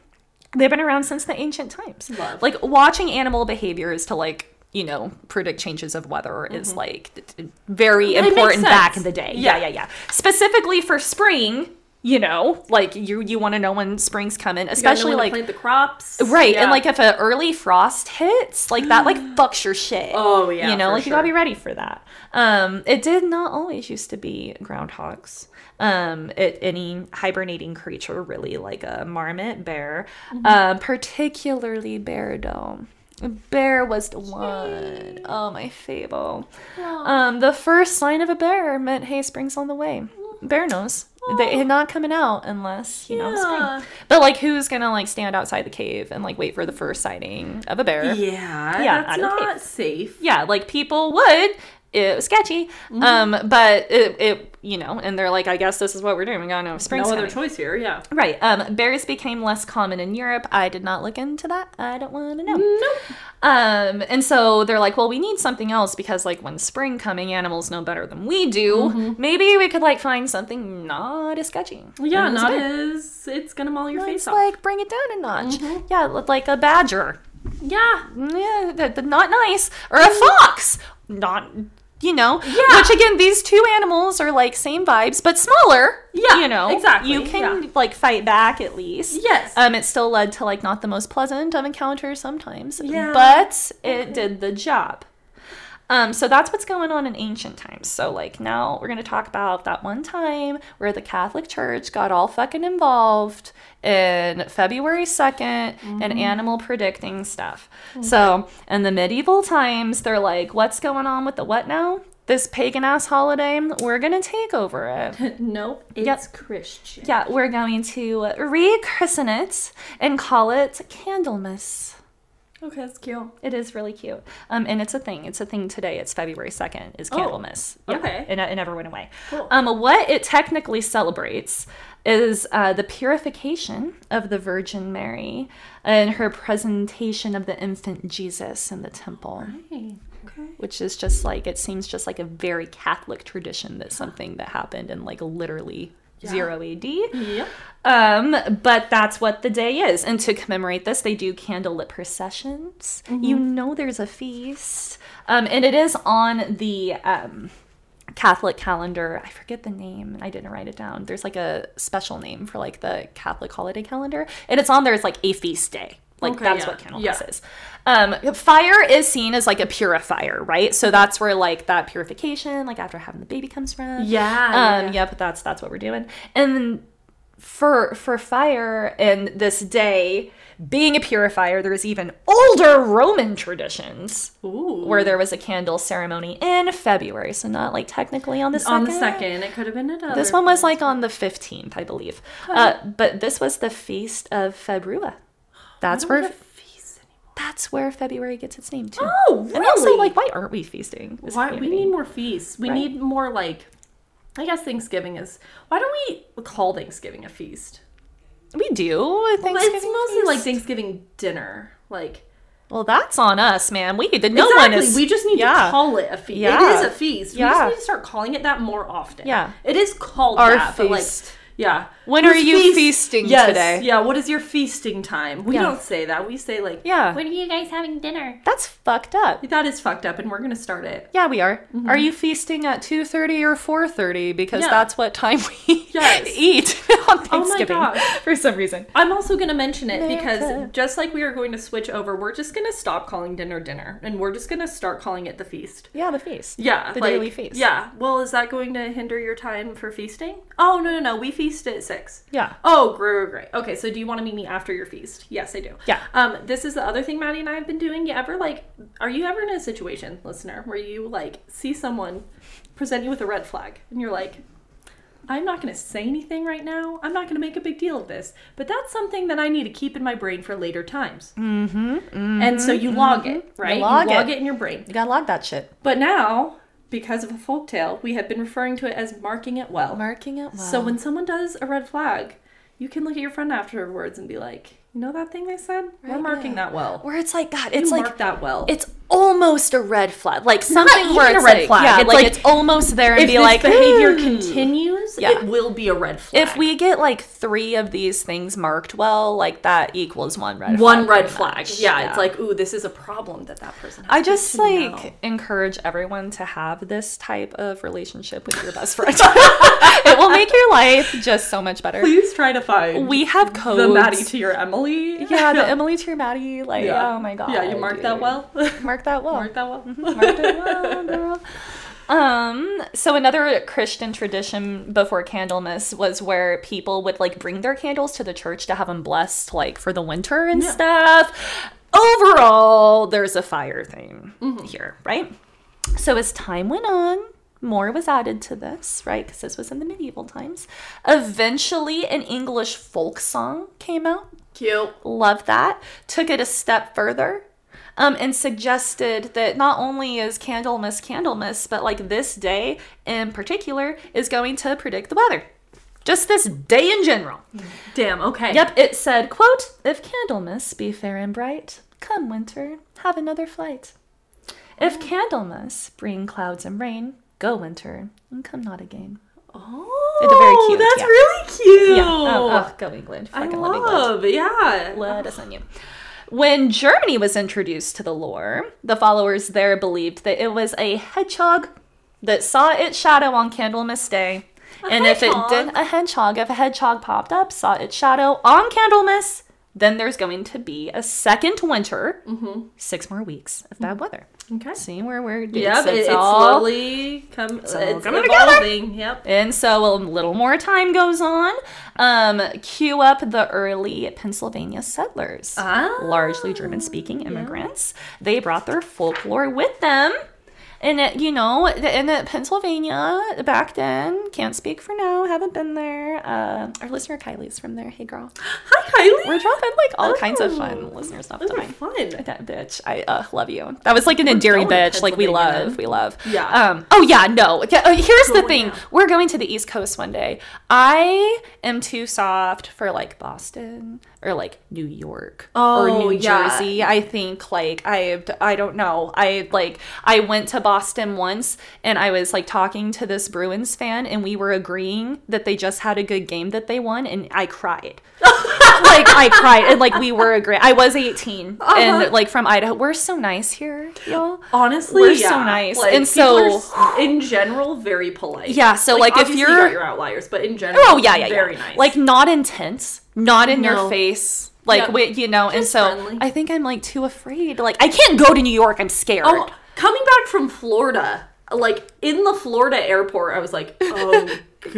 Speaker 1: They've been around since the ancient times.
Speaker 2: Love.
Speaker 1: Like, watching animal behavior is to, like, you know, predict changes of weather is like t- t- very
Speaker 2: Mm-hmm. makes
Speaker 1: important back
Speaker 2: sense.
Speaker 1: in the day. Yeah. yeah, yeah, Specifically for spring, you know, like you you want to know when spring's coming, especially like
Speaker 2: plant the crops.
Speaker 1: Right,
Speaker 2: Yeah.
Speaker 1: and like if an early frost hits, like
Speaker 2: *gasps*
Speaker 1: that, like fucks your shit.
Speaker 2: Oh, yeah,
Speaker 1: you know,
Speaker 2: for
Speaker 1: like you gotta
Speaker 2: sure.
Speaker 1: be ready for that. Um, it did not always used to be groundhogs. Um, it, any hibernating creature, really, like a marmot, bear,
Speaker 2: Mm-hmm.
Speaker 1: um, particularly bear dome. Bear was the one. Oh, my fable. Um, the first sign of a bear meant hey, spring's on the way. Bear knows. They had not coming out unless you know
Speaker 2: Yeah.
Speaker 1: spring. But like, who's gonna like stand outside the cave and like wait for the first sighting of a bear? Yeah,
Speaker 2: yeah,
Speaker 1: Yeah,
Speaker 2: that's
Speaker 1: I don't
Speaker 2: not safe.
Speaker 1: like people would. It was sketchy.
Speaker 2: Mm-hmm.
Speaker 1: Um, but it, it, you know, and they're like, I guess this is what we're doing. We gotta know if
Speaker 2: No
Speaker 1: spring's
Speaker 2: other
Speaker 1: coming.
Speaker 2: choice here. Yeah.
Speaker 1: Right. Um, bears became less common in Europe. I did not look into that. I don't want to know.
Speaker 2: Nope.
Speaker 1: Um, and so they're like, well, we need something else because, like, when spring coming, animals know better than we do.
Speaker 2: Mm-hmm.
Speaker 1: Maybe we could like find something not as sketchy.
Speaker 2: Yeah,
Speaker 1: And it was
Speaker 2: not
Speaker 1: bear.
Speaker 2: as it's gonna maul your
Speaker 1: Let's
Speaker 2: face off. Mm-hmm.
Speaker 1: like bring it down a notch. Yeah, look like a badger.
Speaker 2: yeah.
Speaker 1: Yeah, th- th- not nice. Or a
Speaker 2: Mm.
Speaker 1: fox. Not, you know. Yeah. Which again, these two animals are like same vibes, but smaller.
Speaker 2: Yeah,
Speaker 1: you know
Speaker 2: exactly,
Speaker 1: You can like fight back at least.
Speaker 2: Yes.
Speaker 1: Um, it still led to like not the most pleasant of encounters sometimes.
Speaker 2: Yeah.
Speaker 1: But it did the job. Um, so that's what's going on in ancient times. So like now we're gonna talk about that one time where the Catholic Church got all fucking involved in February 2nd
Speaker 2: Mm-hmm.
Speaker 1: and animal predicting stuff.
Speaker 2: Mm.
Speaker 1: So in the medieval times, they're like, what's going on with the what now? This pagan ass holiday, we're gonna take over it.
Speaker 2: nope. It's
Speaker 1: Yep.
Speaker 2: Christian.
Speaker 1: Yeah, we're going to rechristen it and call it Candlemas.
Speaker 2: Okay, that's cute.
Speaker 1: It is really cute. Um, and it's a thing. It's a thing today. It's February 2nd is Candlemas. Yeah,
Speaker 2: Oh, okay.
Speaker 1: It, it never went away.
Speaker 2: Cool.
Speaker 1: Um, what it technically celebrates is uh, the purification of the Virgin Mary and her presentation of the infant Jesus in the temple
Speaker 2: Okay.
Speaker 1: which is just like it seems just like a very Catholic tradition that something that happened in like literally zero AD.
Speaker 2: Yep.
Speaker 1: Um, but that's what the day is, and to commemorate this, they do candlelit processions.
Speaker 2: Mm-hmm.
Speaker 1: You know, there's a feast, um, and it is on the um. Catholic calendar. I forget the name. I didn't write it down. There's like a special name for like the Catholic holiday calendar, and it's on there as like a feast day. Like
Speaker 2: Okay,
Speaker 1: that's
Speaker 2: yeah,
Speaker 1: what Candlemas
Speaker 2: yeah.
Speaker 1: is. Um, fire is seen as like a purifier, right? So that's where like that purification, like after having the baby, comes from.
Speaker 2: Yeah,
Speaker 1: Um.
Speaker 2: yeah.
Speaker 1: Yep. That's that's what we're doing. And then for for fire and this day being a purifier, there's even older Roman traditions
Speaker 2: Ooh.
Speaker 1: where there was a candle ceremony in February, so not like technically on the second.
Speaker 2: on the second, it could have been another.
Speaker 1: This one was like on the 15th, I believe. Uh, but this was the feast of Februa. That's
Speaker 2: Where
Speaker 1: where
Speaker 2: the feast anymore?
Speaker 1: that's where February gets its name too.
Speaker 2: Oh, really?
Speaker 1: And also, like, why aren't we feasting? as a
Speaker 2: why we
Speaker 1: community?
Speaker 2: need more feasts. We
Speaker 1: Right.
Speaker 2: need more like. I guess Thanksgiving is. Why don't we call Thanksgiving a feast?
Speaker 1: we do.
Speaker 2: Well, it's mostly
Speaker 1: Thanksgiving
Speaker 2: like
Speaker 1: feast.
Speaker 2: Thanksgiving dinner. Like
Speaker 1: Well, that's on us, man. We did no
Speaker 2: exactly,
Speaker 1: one is.
Speaker 2: we just need to
Speaker 1: yeah.
Speaker 2: call it a feast. It
Speaker 1: Yeah.
Speaker 2: is a feast. We
Speaker 1: Yeah.
Speaker 2: just need to start calling it that more often.
Speaker 1: Yeah.
Speaker 2: it is called
Speaker 1: Our
Speaker 2: that,
Speaker 1: feast.
Speaker 2: but like. Yeah.
Speaker 1: When
Speaker 2: Whose
Speaker 1: are you feasting
Speaker 2: yes,
Speaker 1: today?
Speaker 2: Yeah. What is your feasting time? We
Speaker 1: Yeah.
Speaker 2: don't say that. We say like.
Speaker 1: Yeah.
Speaker 2: When are you guys having dinner?
Speaker 1: That's fucked up.
Speaker 2: That is fucked up, and we're gonna start it.
Speaker 1: Yeah, we are.
Speaker 2: Mm-hmm.
Speaker 1: Are you feasting at two thirty or four thirty? Because
Speaker 2: Yeah.
Speaker 1: that's what time we
Speaker 2: Yes.
Speaker 1: *laughs*
Speaker 2: Oh
Speaker 1: eat on Thanksgiving
Speaker 2: gosh.
Speaker 1: *laughs* for some reason.
Speaker 2: I'm also going to mention it because
Speaker 1: America.
Speaker 2: just like we are going to switch over, we're just going to stop calling dinner dinner and we're just going to start calling it the feast.
Speaker 1: Yeah, the feast.
Speaker 2: Yeah.
Speaker 1: The
Speaker 2: like-
Speaker 1: daily feast.
Speaker 2: Yeah. Well, is that going to hinder your time for feasting? Oh, no, no, no. We feast at six.
Speaker 1: Yeah.
Speaker 2: Oh, great, great, great. Okay, so do you want to meet me after your feast? Yes, I do.
Speaker 1: Yeah.
Speaker 2: Um, this is the other thing Maddie and I have been doing. You ever like, are you ever in a situation, listener, where you like see someone present you with a red flag and you're like, I'm not going to say anything right now. I'm not going to make a big deal of this, but that's something that I need to keep in my brain for later times. Mm-hmm. and so you log it, right?
Speaker 1: mm-hmm, log
Speaker 2: you log
Speaker 1: it.
Speaker 2: it in your brain.
Speaker 1: You gotta log that shit.
Speaker 2: But now, because of a folktale, we have been referring to it as marking it well.
Speaker 1: Marking it well.
Speaker 2: So when someone does a red flag, you can look at your friend afterwards and be like, You know that thing they said? We're
Speaker 1: Right,
Speaker 2: marking
Speaker 1: yeah.
Speaker 2: that well.
Speaker 1: Where it's like, God,
Speaker 2: You
Speaker 1: it's like
Speaker 2: marked that well.
Speaker 1: it's almost a red flag. Like something
Speaker 2: even
Speaker 1: where it's
Speaker 2: a red
Speaker 1: like,
Speaker 2: flag.
Speaker 1: yeah,
Speaker 2: It's
Speaker 1: like,
Speaker 2: like,
Speaker 1: it's almost there and
Speaker 2: if
Speaker 1: be
Speaker 2: this
Speaker 1: like,
Speaker 2: behavior
Speaker 1: "Hmm."
Speaker 2: continues,
Speaker 1: Yeah.
Speaker 2: it will be a red flag.
Speaker 1: If we get like three of these things marked well, like that equals one red flag.
Speaker 2: one red
Speaker 1: pretty
Speaker 2: flag,
Speaker 1: much.
Speaker 2: yeah, it's like, ooh, this is a problem that that person. Has
Speaker 1: I just
Speaker 2: to know.
Speaker 1: like encourage everyone to have this type of relationship with your best *laughs* friend. it will make your life just so much better.
Speaker 2: please try to find
Speaker 1: We have codes.
Speaker 2: the Maddie to your Emily. *laughs*
Speaker 1: yeah, the Emily to your Maddie. Like,
Speaker 2: Yeah.
Speaker 1: oh my god.
Speaker 2: Yeah, you marked that
Speaker 1: dude.
Speaker 2: well. *laughs*
Speaker 1: Mark that well.
Speaker 2: marked that well.
Speaker 1: Marked it well, girl. Um, so another Christian tradition before Candlemas was where people would like bring their candles to the church to have them blessed, like for the winter and
Speaker 2: Yeah.
Speaker 1: stuff. Overall, there's a fire theme here, right? So as time went on, more was added to this, right? Because this was in the medieval times. Eventually, an English folk song came out
Speaker 2: Cute.
Speaker 1: love that took it a step further um, and suggested that not only is candlemas candlemas but like this day in particular is going to predict the weather just this day in general
Speaker 2: Damn. Okay.
Speaker 1: yep it said quote if candlemas be fair and bright come winter have another flight
Speaker 2: Oh.
Speaker 1: if candlemas bring clouds and rain go winter and come not again
Speaker 2: Oh,
Speaker 1: It's very cute,
Speaker 2: That's
Speaker 1: yeah.
Speaker 2: really cute.
Speaker 1: yeah oh, oh, go england
Speaker 2: I
Speaker 1: fucking love england
Speaker 2: love. Yeah.
Speaker 1: Let us on you. When Germany was introduced to the lore, the followers there believed that it was a hedgehog that saw its shadow on Candlemas Day. and if it
Speaker 2: hedgehog?
Speaker 1: did a hedgehog, if a hedgehog popped up, saw its shadow on Candlemas, then there's going to be a second winter, six more weeks of bad weather.
Speaker 2: Mm-hmm. Mm. Okay.
Speaker 1: See where we're doing
Speaker 2: Yep. it- it's
Speaker 1: it's, all
Speaker 2: slowly come. uh, It's,
Speaker 1: all coming together.
Speaker 2: evolving. Yep.
Speaker 1: and so a little more time goes on. Um, cue up the early Pennsylvania settlers,
Speaker 2: Ah.
Speaker 1: largely German speaking immigrants. They brought their folklore with them. And it, you know, the- in uh, Pennsylvania back then, can't speak for now, haven't been there. Uh, our listener Kylie's from there. Hey, girl.
Speaker 2: Hi, Kylie.
Speaker 1: We're dropping like all kinds of
Speaker 2: Oh,
Speaker 1: fun listener stuff
Speaker 2: Those are
Speaker 1: tonight.
Speaker 2: fun.
Speaker 1: That bitch, I uh, love you. That was like an endearing
Speaker 2: going to
Speaker 1: bitch. Like we
Speaker 2: Pennsylvania.
Speaker 1: love, we love.
Speaker 2: Yeah.
Speaker 1: Um. Oh yeah. No. Yeah, uh, here's the
Speaker 2: Going
Speaker 1: thing.
Speaker 2: out.
Speaker 1: We're going to the East Coast one day. I am too soft for like Boston or like New York
Speaker 2: Oh,
Speaker 1: or New
Speaker 2: yeah.
Speaker 1: Jersey. I think like I I don't know. I like I went to Boston once and I was like talking to this Bruins fan and we were agreeing that they just had a good game that they won and I cried like I cried and like we were a great. I was 18
Speaker 2: Uh-huh.
Speaker 1: and like from Idaho. We're so nice here, y'all.
Speaker 2: Honestly,
Speaker 1: We're so
Speaker 2: yeah.
Speaker 1: nice.
Speaker 2: Like,
Speaker 1: And
Speaker 2: people are
Speaker 1: so-
Speaker 2: s- *gasps* in general, very polite.
Speaker 1: Yeah, so, like, if
Speaker 2: obviously
Speaker 1: you're-
Speaker 2: you got your outliers, but in general,
Speaker 1: Oh yeah, yeah,
Speaker 2: very
Speaker 1: yeah.
Speaker 2: nice.
Speaker 1: Like not intense, not in
Speaker 2: No.
Speaker 1: your face. Like
Speaker 2: Yeah.
Speaker 1: wi- you know, and
Speaker 2: Just
Speaker 1: so
Speaker 2: friendly.
Speaker 1: I think I'm like too afraid. Like I can't go to New York. I'm scared.
Speaker 2: Oh, coming back from Florida, like in the Florida airport, I was
Speaker 1: *laughs*
Speaker 2: like, oh god,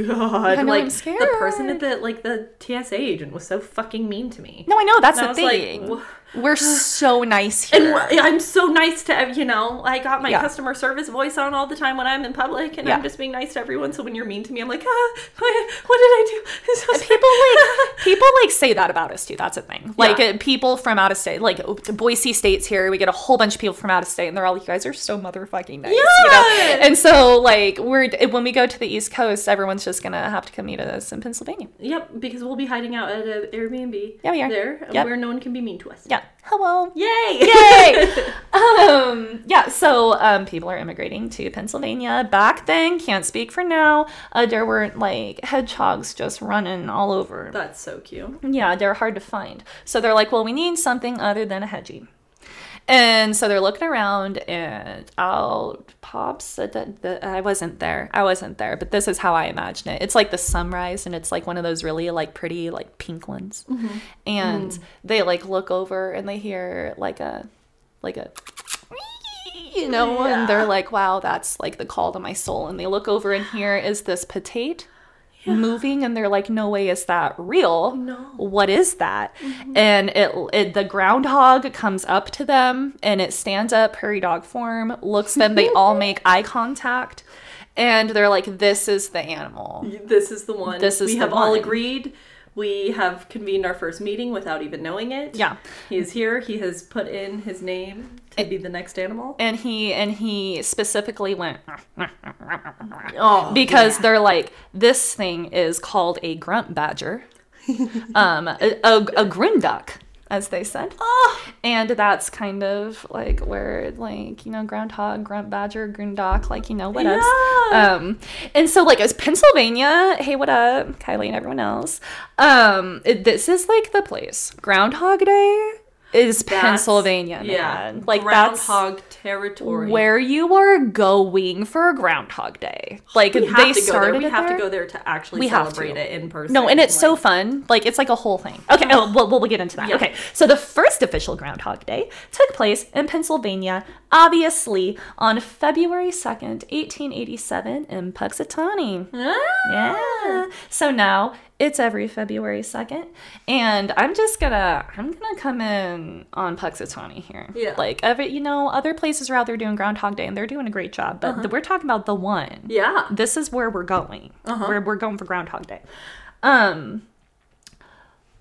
Speaker 1: know,
Speaker 2: like
Speaker 1: I'm scared.
Speaker 2: the person at the like the TSA agent was so fucking mean to me.
Speaker 1: No, I know that's
Speaker 2: And I
Speaker 1: the
Speaker 2: was like,
Speaker 1: thing.
Speaker 2: "Wha-
Speaker 1: we're so nice
Speaker 2: And
Speaker 1: here.
Speaker 2: wh- I'm so nice to ev- you know. I got my
Speaker 1: Yeah.
Speaker 2: customer service voice on all the time when I'm in public, and I'm
Speaker 1: Yeah.
Speaker 2: just being nice to everyone. So when you're mean to me, I'm like, ah, what, what did I do? *laughs* I'm so sorry."
Speaker 1: people like
Speaker 2: *laughs*
Speaker 1: people like say that about us too. That's a thing. Like
Speaker 2: Yeah.
Speaker 1: uh, people from out of state, like oh, Boise State's here. We get a whole bunch of people from out of state, and they're all, "You guys are so motherfucking nice." You know?
Speaker 2: Yeah.
Speaker 1: And so like we're when we go to the East Coast, everyone's just gonna have to come meet us in Pennsylvania.
Speaker 2: Yep, because we'll be hiding out at an Airbnb.
Speaker 1: Yeah, we are.
Speaker 2: there,
Speaker 1: Yep.
Speaker 2: where no one can be mean to us.
Speaker 1: Yeah. Hello.
Speaker 2: Yay!
Speaker 1: Yay! um, yeah, so um, people are immigrating to Pennsylvania. Back then, can't speak for now. Uh, there weren't like hedgehogs just running all over.
Speaker 2: *laughs* That's so cute.
Speaker 1: Yeah, they're hard to find. So they're like, well, we need something other than a hedgie. And so they're looking around, and out pops. A, the, the, I wasn't there. I wasn't there, but this is how I imagine it. It's like the sunrise, and it's like one of those really like pretty like pink ones. And they like look over, and they hear like a like a you know, and they're like, wow, that's like the call to my soul. And they look over, and here is this potato moving and they're like no way is that real
Speaker 2: No.
Speaker 1: what is that and it, it the groundhog comes up to them and it stands up prairie dog form looks them they all make eye contact and they're like this is the animal
Speaker 2: This is the one.
Speaker 1: This is
Speaker 2: we
Speaker 1: the
Speaker 2: have all
Speaker 1: one.
Speaker 2: agreed. We have convened our first meeting without even knowing it.
Speaker 1: Yeah.
Speaker 2: He is here. He has put in his name to be the next animal.
Speaker 1: and he and he specifically went
Speaker 2: Oh,
Speaker 1: because they're like this thing is called a grunt badger um a, a, a grim duck as they said.
Speaker 2: Oh,
Speaker 1: And that's kind of like where, like, you know, groundhog, grunt badger, grundock, like, you know, what else?
Speaker 2: Yeah.
Speaker 1: Um, and so, like, as Pennsylvania, hey, what up, Kylie and everyone else? Um, it- this is like the place. Groundhog Day is Pennsylvania, man.
Speaker 2: Yeah,
Speaker 1: Like, that's
Speaker 2: groundhog territory.
Speaker 1: where you are going for Groundhog Day. Like,
Speaker 2: we have
Speaker 1: they
Speaker 2: to go there.
Speaker 1: started
Speaker 2: We
Speaker 1: it
Speaker 2: have
Speaker 1: there.
Speaker 2: to go there to actually
Speaker 1: We have
Speaker 2: celebrate
Speaker 1: to.
Speaker 2: it in person.
Speaker 1: No, and it's so
Speaker 2: like-
Speaker 1: fun. Like it's like a whole thing. Okay, oh, we'll, we'll, we'll get into that.
Speaker 2: Yeah.
Speaker 1: Okay, so the first official Groundhog Day took place in Pennsylvania, obviously on February second, eighteen eighty-seven, in Puxatawny.
Speaker 2: Ah.
Speaker 1: Yeah. So now it's every February second, and I'm just gonna I'm gonna come in on Puxatawny here.
Speaker 2: Yeah.
Speaker 1: Like every you know other places are out there doing Groundhog Day and they're doing a great job, but we're talking about the one
Speaker 2: *gasps* Uh-huh. Yeah. Uh-huh.
Speaker 1: this is where we're going. We're, we're going for Groundhog Day. Um,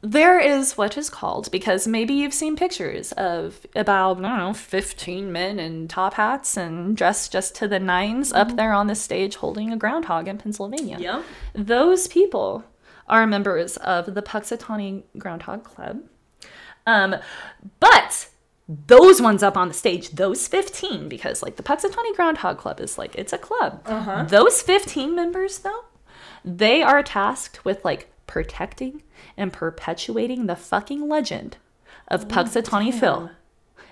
Speaker 1: there is what is called because maybe you've seen pictures of about I don't know fifteen men in top hats and dressed just to the 9s up there on the stage holding a groundhog in Pennsylvania.
Speaker 2: Yep.
Speaker 1: Those people are members of the Puxatawny Groundhog Club. Um, but those ones up on the stage, those 15, because like the Puxatawny Groundhog Club is like, it's a club. Those 15 members, though, they are tasked with like protecting and perpetuating the fucking legend of Puxatawny Phil.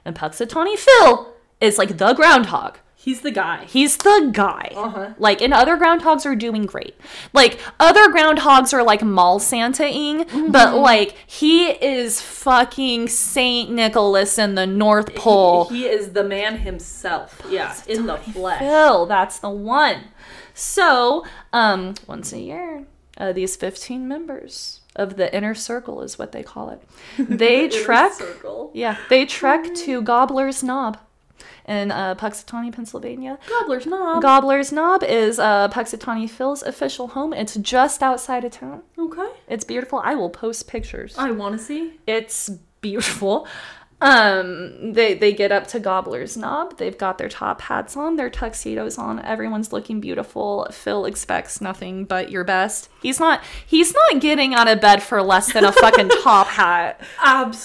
Speaker 1: And Puxatawny Phil is like the groundhog.
Speaker 2: He's the guy.
Speaker 1: He's the guy. Like, and other groundhogs are doing great. Like, other groundhogs are like mall Santa ing, but like, he is fucking Saint Nicholas in the North Pole.
Speaker 2: He is the man himself. Yeah, in the flesh.
Speaker 1: Phil, that's the one. So, um, once a year, uh, these 15 members of the inner circle is what they call it. They
Speaker 2: In a
Speaker 1: trek.
Speaker 2: circle.
Speaker 1: Yeah, they trek to Gobbler's Knob in uh, Puxatawny, Pennsylvania.
Speaker 2: Gobbler's knob.
Speaker 1: Gobbler's Knob is uh, Puxatawny Phil's official home. It's just outside of town.
Speaker 2: okay.
Speaker 1: It's beautiful. I will post pictures.
Speaker 2: I want to see.
Speaker 1: It's beautiful. Um, they they get up to Gobbler's Knob. They've got their top hats on, their tuxedos on. Everyone's looking beautiful. Phil expects nothing but your best. He's not he's not getting out of bed for less than a fucking top hat.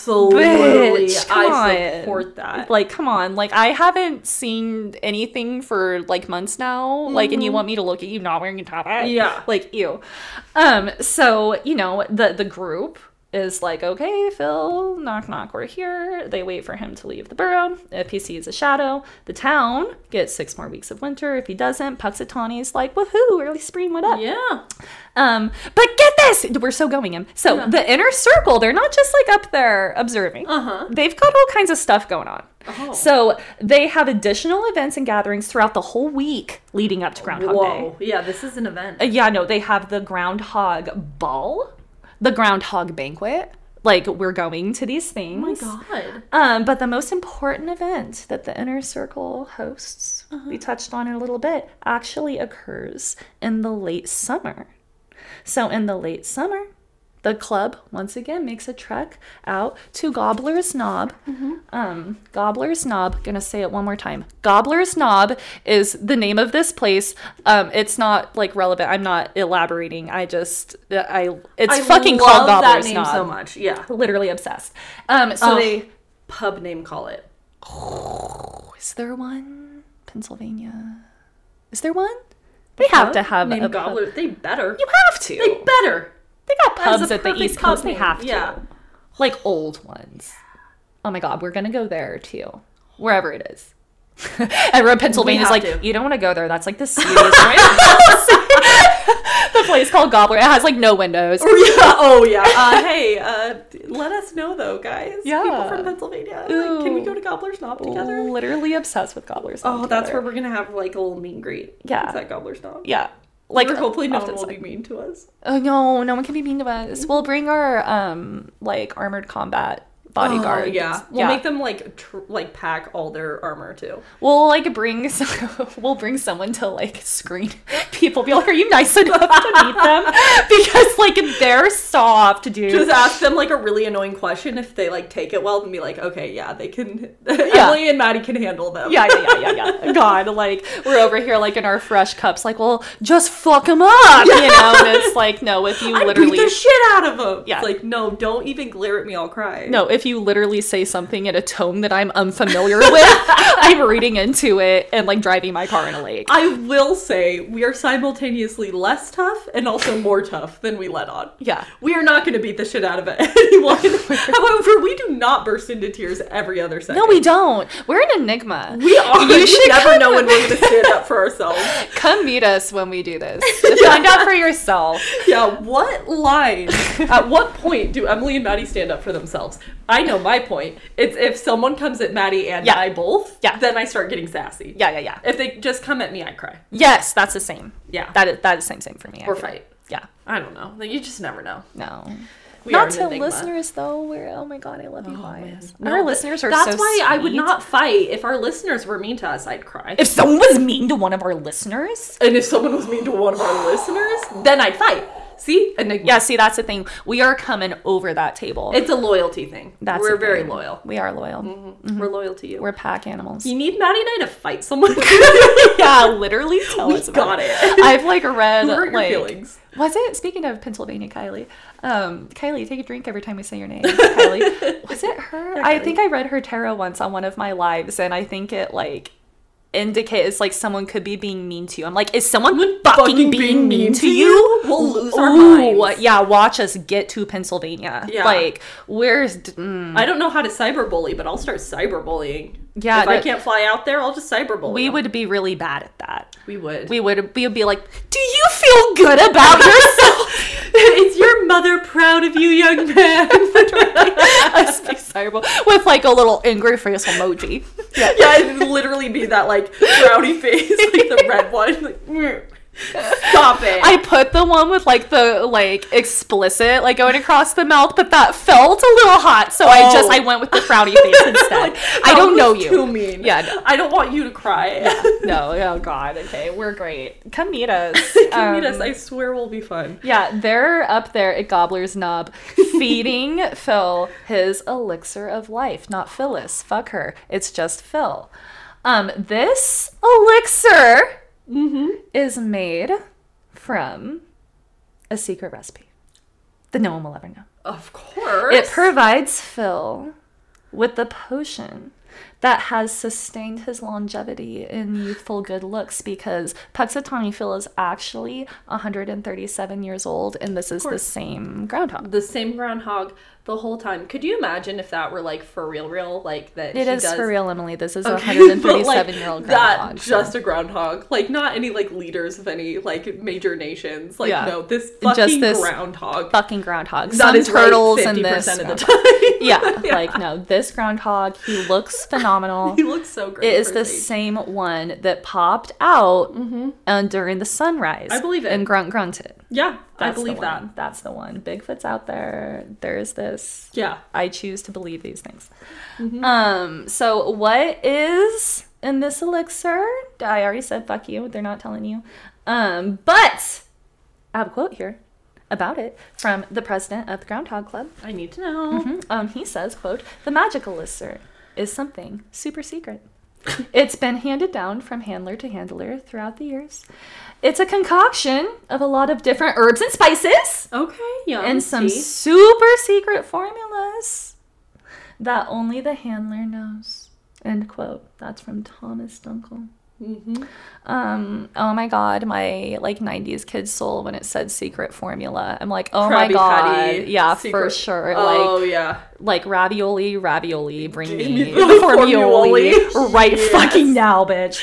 Speaker 2: Absolutely.
Speaker 1: Bitch, come
Speaker 2: I
Speaker 1: on.
Speaker 2: support that.
Speaker 1: Like, come on. Like, I haven't seen anything for like months now. Like, and you want me to look at you not wearing a top hat?
Speaker 2: Mm-hmm. Yeah.
Speaker 1: Like, ew. Um, so, you know, the the group is like, okay, Phil, knock knock, we're here. They wait for him to leave the burrow. If he sees a shadow, the town gets six more weeks of winter. If he doesn't, Puxatawny's like, woohoo, early spring, what up?
Speaker 2: yeah.
Speaker 1: Um, but get this, we're so going him. So the inner circle, they're not just like up there observing.
Speaker 2: Uh-huh.
Speaker 1: They've got all kinds of stuff going on.
Speaker 2: Oh.
Speaker 1: So they have additional events and gatherings throughout the whole week leading up to Groundhog Day.
Speaker 2: Whoa. Yeah, this is an event.
Speaker 1: Uh, Yeah, no, they have the groundhog ball, the groundhog banquet. Like we're going to these things.
Speaker 2: Oh God.
Speaker 1: Um, but the most important event that the inner circle hosts,
Speaker 2: Uh-huh.
Speaker 1: we touched on it a little bit, actually occurs in the late summer. So in the late summer, the club once again makes a trek out to Gobbler's Knob.
Speaker 2: Mm-hmm.
Speaker 1: Um, Gobbler's Knob, gonna say it one more time. Gobbler's Knob is the name of this place. Um, it's not like relevant. I'm not elaborating. I just I it's
Speaker 2: I
Speaker 1: fucking
Speaker 2: love
Speaker 1: called
Speaker 2: that
Speaker 1: Gobbler's
Speaker 2: name
Speaker 1: Knob.
Speaker 2: so much. Yeah.
Speaker 1: Literally obsessed. Um, so
Speaker 2: Oh.
Speaker 1: they
Speaker 2: Pub name call it.
Speaker 1: Is there one? Pennsylvania. Is there one? They have to
Speaker 2: Pub
Speaker 1: have
Speaker 2: name
Speaker 1: a
Speaker 2: gobbler.
Speaker 1: Pub.
Speaker 2: They better.
Speaker 1: You have to.
Speaker 2: They
Speaker 1: They,
Speaker 2: better.
Speaker 1: got
Speaker 2: That is
Speaker 1: pubs
Speaker 2: a
Speaker 1: at the
Speaker 2: perfect
Speaker 1: East Coast.
Speaker 2: pub
Speaker 1: They
Speaker 2: name,
Speaker 1: have to.
Speaker 2: yeah. *laughs*
Speaker 1: Like old ones. Oh my God, we're gonna go there too. Wherever it is. *laughs* Everyone in Pennsylvania's
Speaker 2: have
Speaker 1: like,
Speaker 2: to.
Speaker 1: you don't want to go there. That's like the seediest. *laughs* right?" the place called Gobbler. It has like no windows.
Speaker 2: yeah. Oh yeah.
Speaker 1: *laughs*
Speaker 2: Uh, hey, uh, let us know though, guys. People
Speaker 1: Yeah.
Speaker 2: from Pennsylvania. Like, can we
Speaker 1: Ooh.
Speaker 2: go to Gobbler's Knob together?
Speaker 1: Literally obsessed with Gobblers.
Speaker 2: Oh, that's where we're gonna have like a little meet and greet.
Speaker 1: Yeah.
Speaker 2: It's at Gobbler's Knob.
Speaker 1: Yeah.
Speaker 2: Like
Speaker 1: Like oh, um,
Speaker 2: hopefully no
Speaker 1: off to
Speaker 2: one
Speaker 1: the
Speaker 2: will
Speaker 1: side.
Speaker 2: be mean to us.
Speaker 1: Oh no, no one can be mean to us. We'll bring our um like armored combat bodyguards.
Speaker 2: Oh, yeah. We'll
Speaker 1: yeah.
Speaker 2: make them like tr- like pack all their armor too.
Speaker 1: We'll like bring *laughs* some, we'll bring someone to like screen *laughs* people. Be like, are you nice enough to meet
Speaker 2: *laughs*
Speaker 1: them? Because like they're soft, dude.
Speaker 2: Just ask them like a really annoying question if they like take it well and be like, okay, yeah, they can. *laughs* Emily and Maddie can handle them.
Speaker 1: yeah, yeah, yeah,
Speaker 2: *laughs*
Speaker 1: yeah, yeah. God, like we're over here like in our fresh cups, like, well, just fuck them up, you know.
Speaker 2: *laughs*
Speaker 1: And it's like, no, if you
Speaker 2: I
Speaker 1: literally
Speaker 2: beat the shit out of them.
Speaker 1: Yeah.
Speaker 2: It's like, no, don't even glare at me. I'll cry.
Speaker 1: No, if if you literally say something in a tone that I'm unfamiliar
Speaker 2: *laughs*
Speaker 1: with, I'm reading into it and like driving my car in a lake.
Speaker 2: I will say we are simultaneously less tough and also more tough than we let on.
Speaker 1: Yeah.
Speaker 2: We are not going to beat the shit out of *laughs*
Speaker 1: *laughs*
Speaker 2: anyone. However, we do not burst into tears every other second.
Speaker 1: No, we don't. We're an enigma. *laughs*
Speaker 2: We are.
Speaker 1: You should
Speaker 2: never
Speaker 1: come
Speaker 2: know when
Speaker 1: with-
Speaker 2: we're going to stand up for ourselves.
Speaker 1: *laughs* Come meet us when we do *laughs* this. Find out for yourself.
Speaker 2: Yeah, what line? at what point do Emily and Maddie stand up for themselves? I know my point. It's if someone comes at Maddie and
Speaker 1: Yeah.
Speaker 2: I both,
Speaker 1: Yeah.
Speaker 2: then I start getting sassy.
Speaker 1: Yeah, yeah, yeah.
Speaker 2: If they just come at me, I cry.
Speaker 1: Yes, that's the same.
Speaker 2: Yeah.
Speaker 1: That is that is same same for me. I
Speaker 2: or
Speaker 1: feel.
Speaker 2: fight.
Speaker 1: Yeah.
Speaker 2: I don't know. Like, You just never know.
Speaker 1: No.
Speaker 2: We
Speaker 1: not
Speaker 2: are an
Speaker 1: to
Speaker 2: enigma.
Speaker 1: listeners though. We're oh my god, I love you guys.
Speaker 2: No,
Speaker 1: Our
Speaker 2: but
Speaker 1: listeners are
Speaker 2: That's
Speaker 1: so
Speaker 2: why I would
Speaker 1: sweet.
Speaker 2: not fight. If our listeners were mean to us, I'd cry.
Speaker 1: If someone was mean to one of our listeners,
Speaker 2: and if someone was mean to one of our listeners, then I'd fight. See? Enigma.
Speaker 1: yeah. See, that's the thing. We are coming over that table.
Speaker 2: It's a loyalty thing.
Speaker 1: that's
Speaker 2: We're
Speaker 1: the
Speaker 2: very
Speaker 1: thing.
Speaker 2: loyal.
Speaker 1: We are loyal. Mm-hmm.
Speaker 2: We're loyal to you.
Speaker 1: We're pack animals.
Speaker 2: you need Maddie and I to fight *laughs* someone.
Speaker 1: yeah, literally.
Speaker 2: *laughs*
Speaker 1: Tell
Speaker 2: we
Speaker 1: us
Speaker 2: got
Speaker 1: about
Speaker 2: it.
Speaker 1: *laughs*
Speaker 2: *laughs*
Speaker 1: I've like read
Speaker 2: Who hurt your
Speaker 1: like
Speaker 2: feelings?
Speaker 1: was it speaking of Pennsylvania Kylie um Kylie take a drink every time we say your
Speaker 2: *laughs*
Speaker 1: name Kylie was it her I think I read her tarot once on one of my lives and I think it like indicates like someone could be being mean to you I'm like is someone fucking, being, mean, to you,
Speaker 2: We'll lose our
Speaker 1: Ooh,
Speaker 2: minds.
Speaker 1: yeah watch us get to Pennsylvania
Speaker 2: Yeah.
Speaker 1: like where's mm,
Speaker 2: I don't know how to cyberbully, but I'll start cyberbullying.
Speaker 1: Yeah,
Speaker 2: If I
Speaker 1: that-
Speaker 2: can't fly out there, I'll just cyberbully.
Speaker 1: we
Speaker 2: them.
Speaker 1: would be really bad at that
Speaker 2: We *laughs* would.
Speaker 1: we would we would be like do you feel
Speaker 2: *laughs*
Speaker 1: good about yourself
Speaker 2: Is your mother proud of you, young *laughs* man?
Speaker 1: *laughs* That's desirable with like a little angry face emoji. *laughs*
Speaker 2: yeah, it'd literally be that like rowdy face, *laughs* like the red one. Like, "Mm, stop it.
Speaker 1: I put the one with like the like explicit like going across the mouth, but that felt a little hot, so I just
Speaker 2: Oh.
Speaker 1: I went with
Speaker 2: *laughs*
Speaker 1: the frowny face instead. I
Speaker 2: That
Speaker 1: don't
Speaker 2: was
Speaker 1: know you.
Speaker 2: Too mean.
Speaker 1: Yeah, no.
Speaker 2: I don't want you to cry. *laughs*
Speaker 1: No, oh god, okay, we're great. *laughs* Come meet us.
Speaker 2: Come meet
Speaker 1: Um,
Speaker 2: us. I swear we'll be fun.
Speaker 1: *laughs* yeah, they're up there at Gobbler's Knob feeding Phil his elixir of life. Not Phyllis. Fuck her. It's just Phil. Um, this elixir is made from a secret recipe that no one will ever know.
Speaker 2: Of course.
Speaker 1: It provides Phil with the potion that has sustained his longevity and youthful good looks because Puxatawny Phil is actually 137 years old and this is the same groundhog.
Speaker 2: the same groundhog the whole time. Could you imagine if that were like for real, real? Like that
Speaker 1: It
Speaker 2: she
Speaker 1: is
Speaker 2: does.
Speaker 1: for real, Emily. This is a
Speaker 2: Okay, *laughs*
Speaker 1: 137
Speaker 2: but, like,
Speaker 1: year old
Speaker 2: That
Speaker 1: groundhog.
Speaker 2: just a groundhog, like not any like leaders of any like major nations. Like
Speaker 1: Yeah.
Speaker 2: no, this
Speaker 1: Just
Speaker 2: fucking
Speaker 1: this
Speaker 2: groundhog.
Speaker 1: fucking groundhog.
Speaker 2: That
Speaker 1: Some
Speaker 2: is right
Speaker 1: turtles and
Speaker 2: 50%
Speaker 1: this.
Speaker 2: of the
Speaker 1: groundhog.
Speaker 2: time. *laughs*
Speaker 1: yeah, like no, this groundhog. He looks phenomenal.
Speaker 2: *laughs* he looks so great.
Speaker 1: It is
Speaker 2: for
Speaker 1: the
Speaker 2: his age.
Speaker 1: same one that popped out and during the sunrise.
Speaker 2: Mm-hmm. I believe it.
Speaker 1: And grunt grunted.
Speaker 2: Yeah, I
Speaker 1: That's the
Speaker 2: believe that.
Speaker 1: one. That's the one. Bigfoot's out there. There's this.
Speaker 2: Yeah,
Speaker 1: I choose to believe these things.
Speaker 2: Mm-hmm.
Speaker 1: Um. So what is in this elixir? I already said fuck you. They're not telling you. Um. But I have a quote here about it from the president of the Groundhog Club.
Speaker 2: I need to know.
Speaker 1: Um, he says, quote, the magic elixir is something super secret.
Speaker 2: *laughs*
Speaker 1: It's been handed down from handler to handler throughout the years. It's a concoction of a lot of different herbs and spices
Speaker 2: Okay, yeah,
Speaker 1: and some super secret formulas that only the handler knows. End quote. That's from Thomas Dunkel.
Speaker 2: hmm
Speaker 1: Um, oh my god, my like 90s kid soul when it said secret formula. I'm like, oh my
Speaker 2: Krabby
Speaker 1: god.
Speaker 2: Patty,
Speaker 1: yeah, for
Speaker 2: secret-
Speaker 1: sure. like
Speaker 2: Oh yeah,
Speaker 1: like ravioli, ravioli, bring
Speaker 2: Give me
Speaker 1: me the
Speaker 2: the
Speaker 1: formioli
Speaker 2: formioli.
Speaker 1: right
Speaker 2: Yes.
Speaker 1: fucking now, bitch.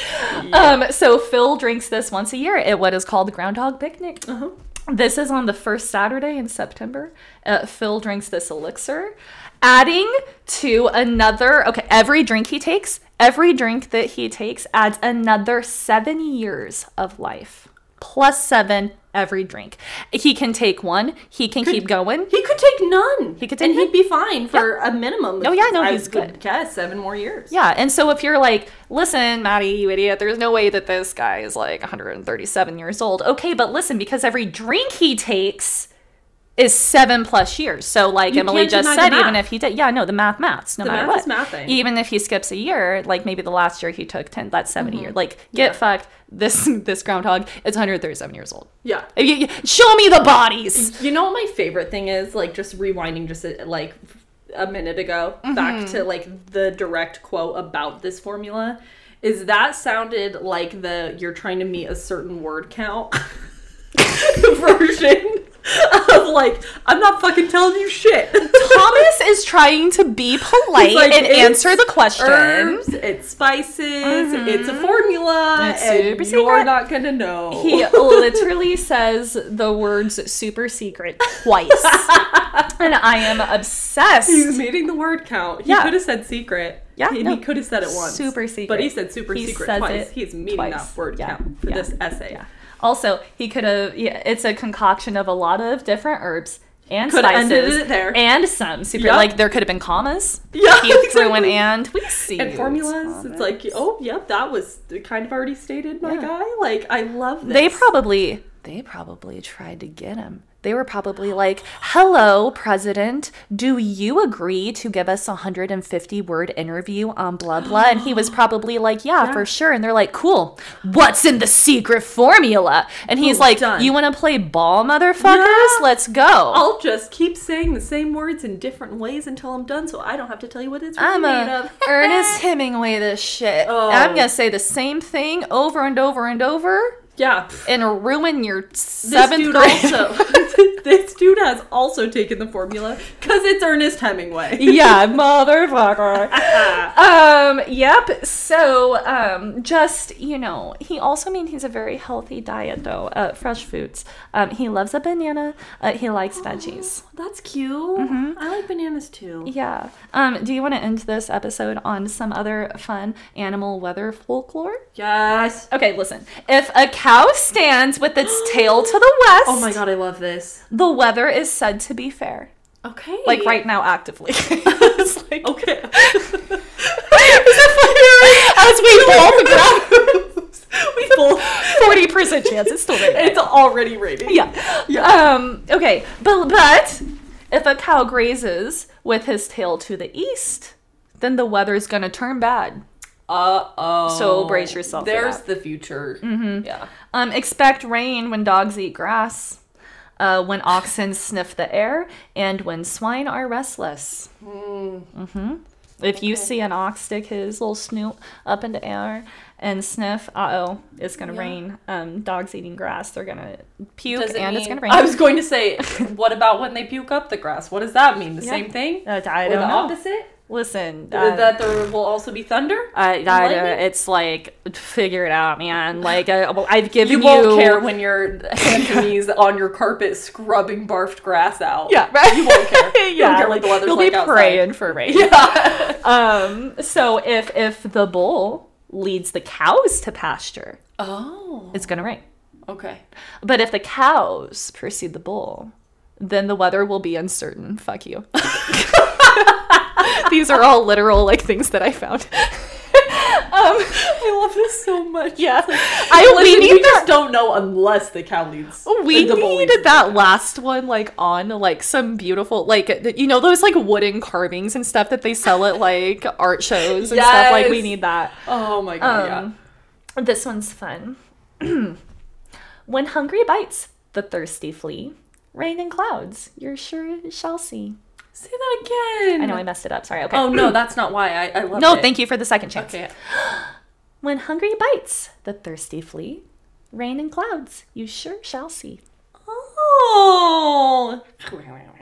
Speaker 1: Um, so Phil drinks this once a year at what is called the Groundhog Picnic.
Speaker 2: uh-huh.
Speaker 1: This is on the first Saturday in September. Uh, Phil drinks this elixir, adding to another. Okay, every drink he takes, every drink that he takes adds another seven years of life, plus seven every drink. He can take one. He can keep going.
Speaker 2: he could take none.
Speaker 1: He could take
Speaker 2: and he'd be fine for a minimum.
Speaker 1: Oh, yeah, no,
Speaker 2: I
Speaker 1: he's
Speaker 2: would
Speaker 1: good.
Speaker 2: Guess seven more years.
Speaker 1: Yeah, and so if you're like, listen, Maddie, you idiot, there's no way that this guy is like 137 years old. Okay, but listen, because every drink he takes is seven plus years. So like
Speaker 2: You
Speaker 1: Emily
Speaker 2: can't
Speaker 1: just
Speaker 2: deny
Speaker 1: said,
Speaker 2: the
Speaker 1: even
Speaker 2: math.
Speaker 1: if he did, yeah, no, the math maths, no
Speaker 2: The
Speaker 1: matter
Speaker 2: math
Speaker 1: what.
Speaker 2: is mathing.
Speaker 1: Even if he skips a year, like maybe the last year he took 10, that's 70 year. Like get
Speaker 2: Mm-hmm. Yeah.
Speaker 1: fucked. This *laughs* this groundhog is 137 years old.
Speaker 2: Yeah.
Speaker 1: You- you- Show me the
Speaker 2: *laughs*
Speaker 1: bodies.
Speaker 2: You know what my favorite thing is? Like just rewinding, just uh, like a minute ago, back
Speaker 1: Mm-hmm.
Speaker 2: to like the direct quote about this formula, is that sounded like the you're trying to meet a certain word count *laughs* version *laughs* of like, I'm not fucking telling you shit. *laughs*
Speaker 1: Thomas is trying to be polite
Speaker 2: He's like,
Speaker 1: and
Speaker 2: "It's er,
Speaker 1: answer the question.
Speaker 2: herbs, it's spices, it's a formula,
Speaker 1: It's
Speaker 2: and
Speaker 1: super
Speaker 2: you're
Speaker 1: secret.
Speaker 2: not gonna know. *laughs*
Speaker 1: He literally says the words super secret
Speaker 2: *laughs*
Speaker 1: twice. and I am
Speaker 2: He's
Speaker 1: *laughs* obsessed.
Speaker 2: meeting the word count. He
Speaker 1: Yeah.
Speaker 2: could have said secret.
Speaker 1: Yeah,
Speaker 2: and
Speaker 1: no.
Speaker 2: he could have said it once.
Speaker 1: Super secret.
Speaker 2: But he said super
Speaker 1: He
Speaker 2: secret
Speaker 1: says
Speaker 2: twice.
Speaker 1: it
Speaker 2: He's meeting
Speaker 1: twice.
Speaker 2: that word
Speaker 1: Yeah.
Speaker 2: count for
Speaker 1: Yeah.
Speaker 2: this essay.
Speaker 1: Also, he could have, yeah, it's a concoction of a lot of different herbs and
Speaker 2: Could have
Speaker 1: spices.
Speaker 2: ended it there.
Speaker 1: And some super,
Speaker 2: Yep.
Speaker 1: like, there could have been
Speaker 2: *laughs*
Speaker 1: commas.
Speaker 2: *laughs* Yeah,
Speaker 1: He threw an
Speaker 2: exactly.
Speaker 1: and. We see.
Speaker 2: And formulas, it's like, oh, yep, that was kind of already stated, my
Speaker 1: Yeah.
Speaker 2: guy. Like, I love this.
Speaker 1: They probably they probably tried to get him. They were probably like, "Hello, President. Do you agree to give us a 150 word interview on blah blah?"
Speaker 2: *gasps*
Speaker 1: And he was probably like, "Yeah, for sure." And they're like, "Cool. What's in the secret formula?" And he's
Speaker 2: Ooh,
Speaker 1: like,
Speaker 2: done.
Speaker 1: "You want to play ball, motherfuckers?
Speaker 2: Yeah.
Speaker 1: Let's go."
Speaker 2: I'll just keep saying the same words in different ways until I'm done, so I don't have to tell you what it's really
Speaker 1: I'm
Speaker 2: made
Speaker 1: a *laughs*
Speaker 2: *laughs* of.
Speaker 1: Ernest Hemingway this shit.
Speaker 2: Oh.
Speaker 1: I'm gonna say the same thing over and over and over
Speaker 2: yeah.
Speaker 1: and ruin your
Speaker 2: This
Speaker 1: seventh
Speaker 2: dude
Speaker 1: grade.
Speaker 2: also. *laughs*
Speaker 1: *laughs*
Speaker 2: this dude has also taken the formula because it's Ernest Hemingway.
Speaker 1: yeah,
Speaker 2: *laughs*
Speaker 1: *laughs* motherfucker. um, yep. So, um, just you know, he also means he's a very healthy diet though. Uh, fresh foods. Um, he loves a banana. Uh, he likes *gasps* veggies.
Speaker 2: That's cute. I like bananas too.
Speaker 1: Yeah. Um, do you want to end this episode on some other fun animal weather folklore?
Speaker 2: Yes.
Speaker 1: Okay, listen. If a cow stands with its tail to *gasps* the west,
Speaker 2: Oh my god, I love this.
Speaker 1: the weather is said to be fair.
Speaker 2: Okay. *laughs*
Speaker 1: Like right now, *laughs* actively. it's like
Speaker 2: Okay.
Speaker 1: as *laughs* we both grab
Speaker 2: *laughs* we both.
Speaker 1: *laughs* forty percent chance it's still raining.
Speaker 2: It's already raining.
Speaker 1: *laughs* Yeah. Um. Okay. But but if a cow grazes with his tail to the east, then the weather's gonna turn bad.
Speaker 2: Uh oh.
Speaker 1: So brace yourself for
Speaker 2: There's
Speaker 1: that.
Speaker 2: the future. Mm-hmm. Yeah.
Speaker 1: Um. Expect rain when dogs eat grass. Uh, when oxen sniff the air and when swine are restless. Mm. hmm If you see an ox stick his little snoot up into air and sniff, uh oh, it's gonna rain. Um, dogs eating grass, they're gonna puke
Speaker 2: Does it
Speaker 1: and it's
Speaker 2: mean-
Speaker 1: gonna rain.
Speaker 2: I was going to *laughs* say, what about when they puke up the grass? What does that mean? The same thing?
Speaker 1: Uh, I
Speaker 2: or the
Speaker 1: don't know.
Speaker 2: opposite?
Speaker 1: Listen, uh,
Speaker 2: that Uh, there will also be thunder?
Speaker 1: I, I,
Speaker 2: Lightning?
Speaker 1: it's like figure it out, man. Like I, well, I've given
Speaker 2: You
Speaker 1: you.
Speaker 2: won't care when your *laughs* hands and knees on your carpet scrubbing barfed grass out.
Speaker 1: Yeah, right.
Speaker 2: You won't *laughs* care.
Speaker 1: *laughs*
Speaker 2: You
Speaker 1: yeah,
Speaker 2: don't care what
Speaker 1: like,
Speaker 2: the weather's
Speaker 1: you'll
Speaker 2: like
Speaker 1: be
Speaker 2: outside.
Speaker 1: praying for rain.
Speaker 2: Yeah.
Speaker 1: *laughs* Um, so if if the bull leads the cows to pasture,
Speaker 2: Oh.
Speaker 1: it's gonna rain.
Speaker 2: Okay.
Speaker 1: But if the cows precede the bull, then the weather will be uncertain. Fuck you. *laughs* These are all literal like things that I found. *laughs* um,
Speaker 2: I love this so much.
Speaker 1: yeah, I we
Speaker 2: Listen,
Speaker 1: need
Speaker 2: we
Speaker 1: that-
Speaker 2: just don't know unless the cow leads.
Speaker 1: Oh, We
Speaker 2: the bull leads.
Speaker 1: needed that last one like on like some beautiful like th- you know those like wooden carvings and stuff that they sell at like art shows and stuff like we
Speaker 2: Yes.
Speaker 1: need that.
Speaker 2: Oh my god.
Speaker 1: Um, This one's fun. *clears throat* when hungry bites the thirsty flea, rain and clouds you sure shall see.
Speaker 2: yeah. Say that again.
Speaker 1: I know I messed it up. Sorry. Okay.
Speaker 2: Oh
Speaker 1: *clears throat*
Speaker 2: no, that's not why. I, I love
Speaker 1: no,
Speaker 2: it.
Speaker 1: thank you for the second chance.
Speaker 2: Okay.
Speaker 1: When hungry bites the thirsty flea, rain and clouds you sure shall see.
Speaker 2: Oh.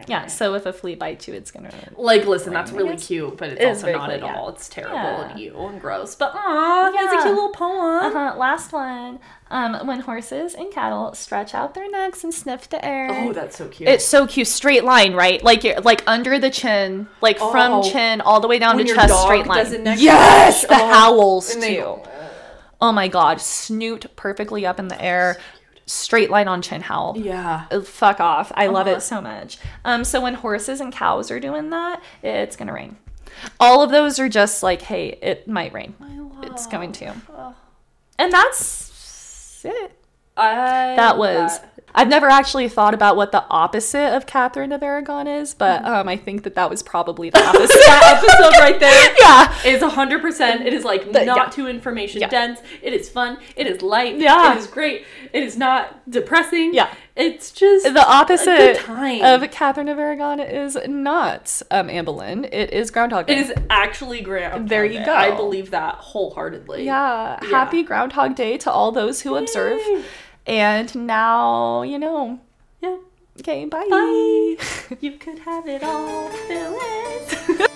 Speaker 1: Yeah. So if a flea bites you, it's gonna.
Speaker 2: Like, listen, that's really
Speaker 1: guess.
Speaker 2: cute, but it's
Speaker 1: It is
Speaker 2: also
Speaker 1: very
Speaker 2: not
Speaker 1: cute,
Speaker 2: at
Speaker 1: yeah.
Speaker 2: all. It's terrible
Speaker 1: Yeah.
Speaker 2: and ew and gross. But aw, it's a
Speaker 1: Yeah.
Speaker 2: cute little poem.
Speaker 1: Uh-huh. Last one. Um, when horses and cattle stretch out their necks and sniff the air.
Speaker 2: Oh, that's so cute.
Speaker 1: it's so cute. Straight line, right? Like you're, like under the chin, like
Speaker 2: Oh.
Speaker 1: from chin all the way down
Speaker 2: When
Speaker 1: to
Speaker 2: your
Speaker 1: chest.
Speaker 2: dog
Speaker 1: Straight
Speaker 2: does it
Speaker 1: line.
Speaker 2: next
Speaker 1: Yes,
Speaker 2: to-
Speaker 1: the
Speaker 2: oh.
Speaker 1: howls
Speaker 2: And they-
Speaker 1: too. Oh my god, snoot perfectly up in the air. Straight line on chin howl.
Speaker 2: Yeah.
Speaker 1: Uh, Fuck off. I love it so much. Um, so when horses and cows are doing that, it's gonna rain. All of those are just like, hey, it might rain. It's going to. And that's it.
Speaker 2: I
Speaker 1: That was I've never actually thought about what the opposite of Catherine of Aragon is, but um, I think that that was probably the opposite. *laughs*
Speaker 2: that episode right there
Speaker 1: yeah.
Speaker 2: is 100% it is like
Speaker 1: The-
Speaker 2: not
Speaker 1: yeah.
Speaker 2: too information
Speaker 1: Yeah.
Speaker 2: dense it is fun it is light
Speaker 1: Yeah.
Speaker 2: it is great it is not depressing
Speaker 1: Yeah.
Speaker 2: it's just
Speaker 1: The opposite
Speaker 2: time.
Speaker 1: of Catherine of Aragon is not um, Anne Boleyn. It is Groundhog Day.
Speaker 2: it is actually ground
Speaker 1: There you go.
Speaker 2: i believe that wholeheartedly
Speaker 1: Yeah. Happy Groundhog Day to all those who observe.
Speaker 2: Yay.
Speaker 1: And now, you know.
Speaker 2: yeah
Speaker 1: Okay, bye.
Speaker 2: Bye. you could have it all phyllis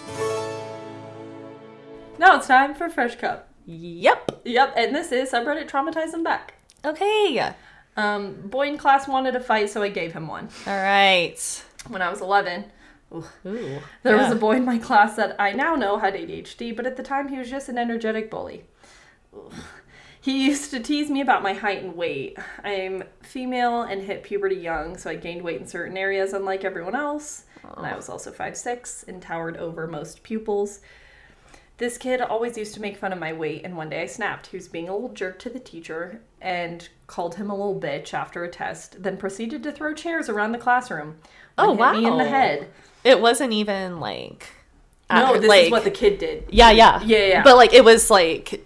Speaker 2: now it's time for fresh cup
Speaker 1: yep.
Speaker 2: yep and this is subreddit traumatize them back
Speaker 1: Okay.
Speaker 2: um boy in class wanted a fight so i gave him one
Speaker 1: All right.
Speaker 2: when i was 11 Ugh.
Speaker 1: Ooh.
Speaker 2: There was a boy in my class that I now know had ADHD, but at the time he was just an energetic bully. He used to tease me about my height and weight. I'm female and hit puberty young, so I gained weight in certain areas, unlike everyone else. And I was also 5'6 and towered over most pupils. This kid always used to make fun of my weight, and one day I snapped. He was being a little jerk to the teacher and called him a little bitch after a test, then proceeded to throw chairs around the classroom. One
Speaker 1: Oh,
Speaker 2: hit Me in the
Speaker 1: wow.
Speaker 2: head.
Speaker 1: It wasn't even like.
Speaker 2: No,
Speaker 1: at-
Speaker 2: this
Speaker 1: Uh, like-
Speaker 2: is what the kid did.
Speaker 1: Yeah, yeah.
Speaker 2: Yeah, yeah.
Speaker 1: But like it was like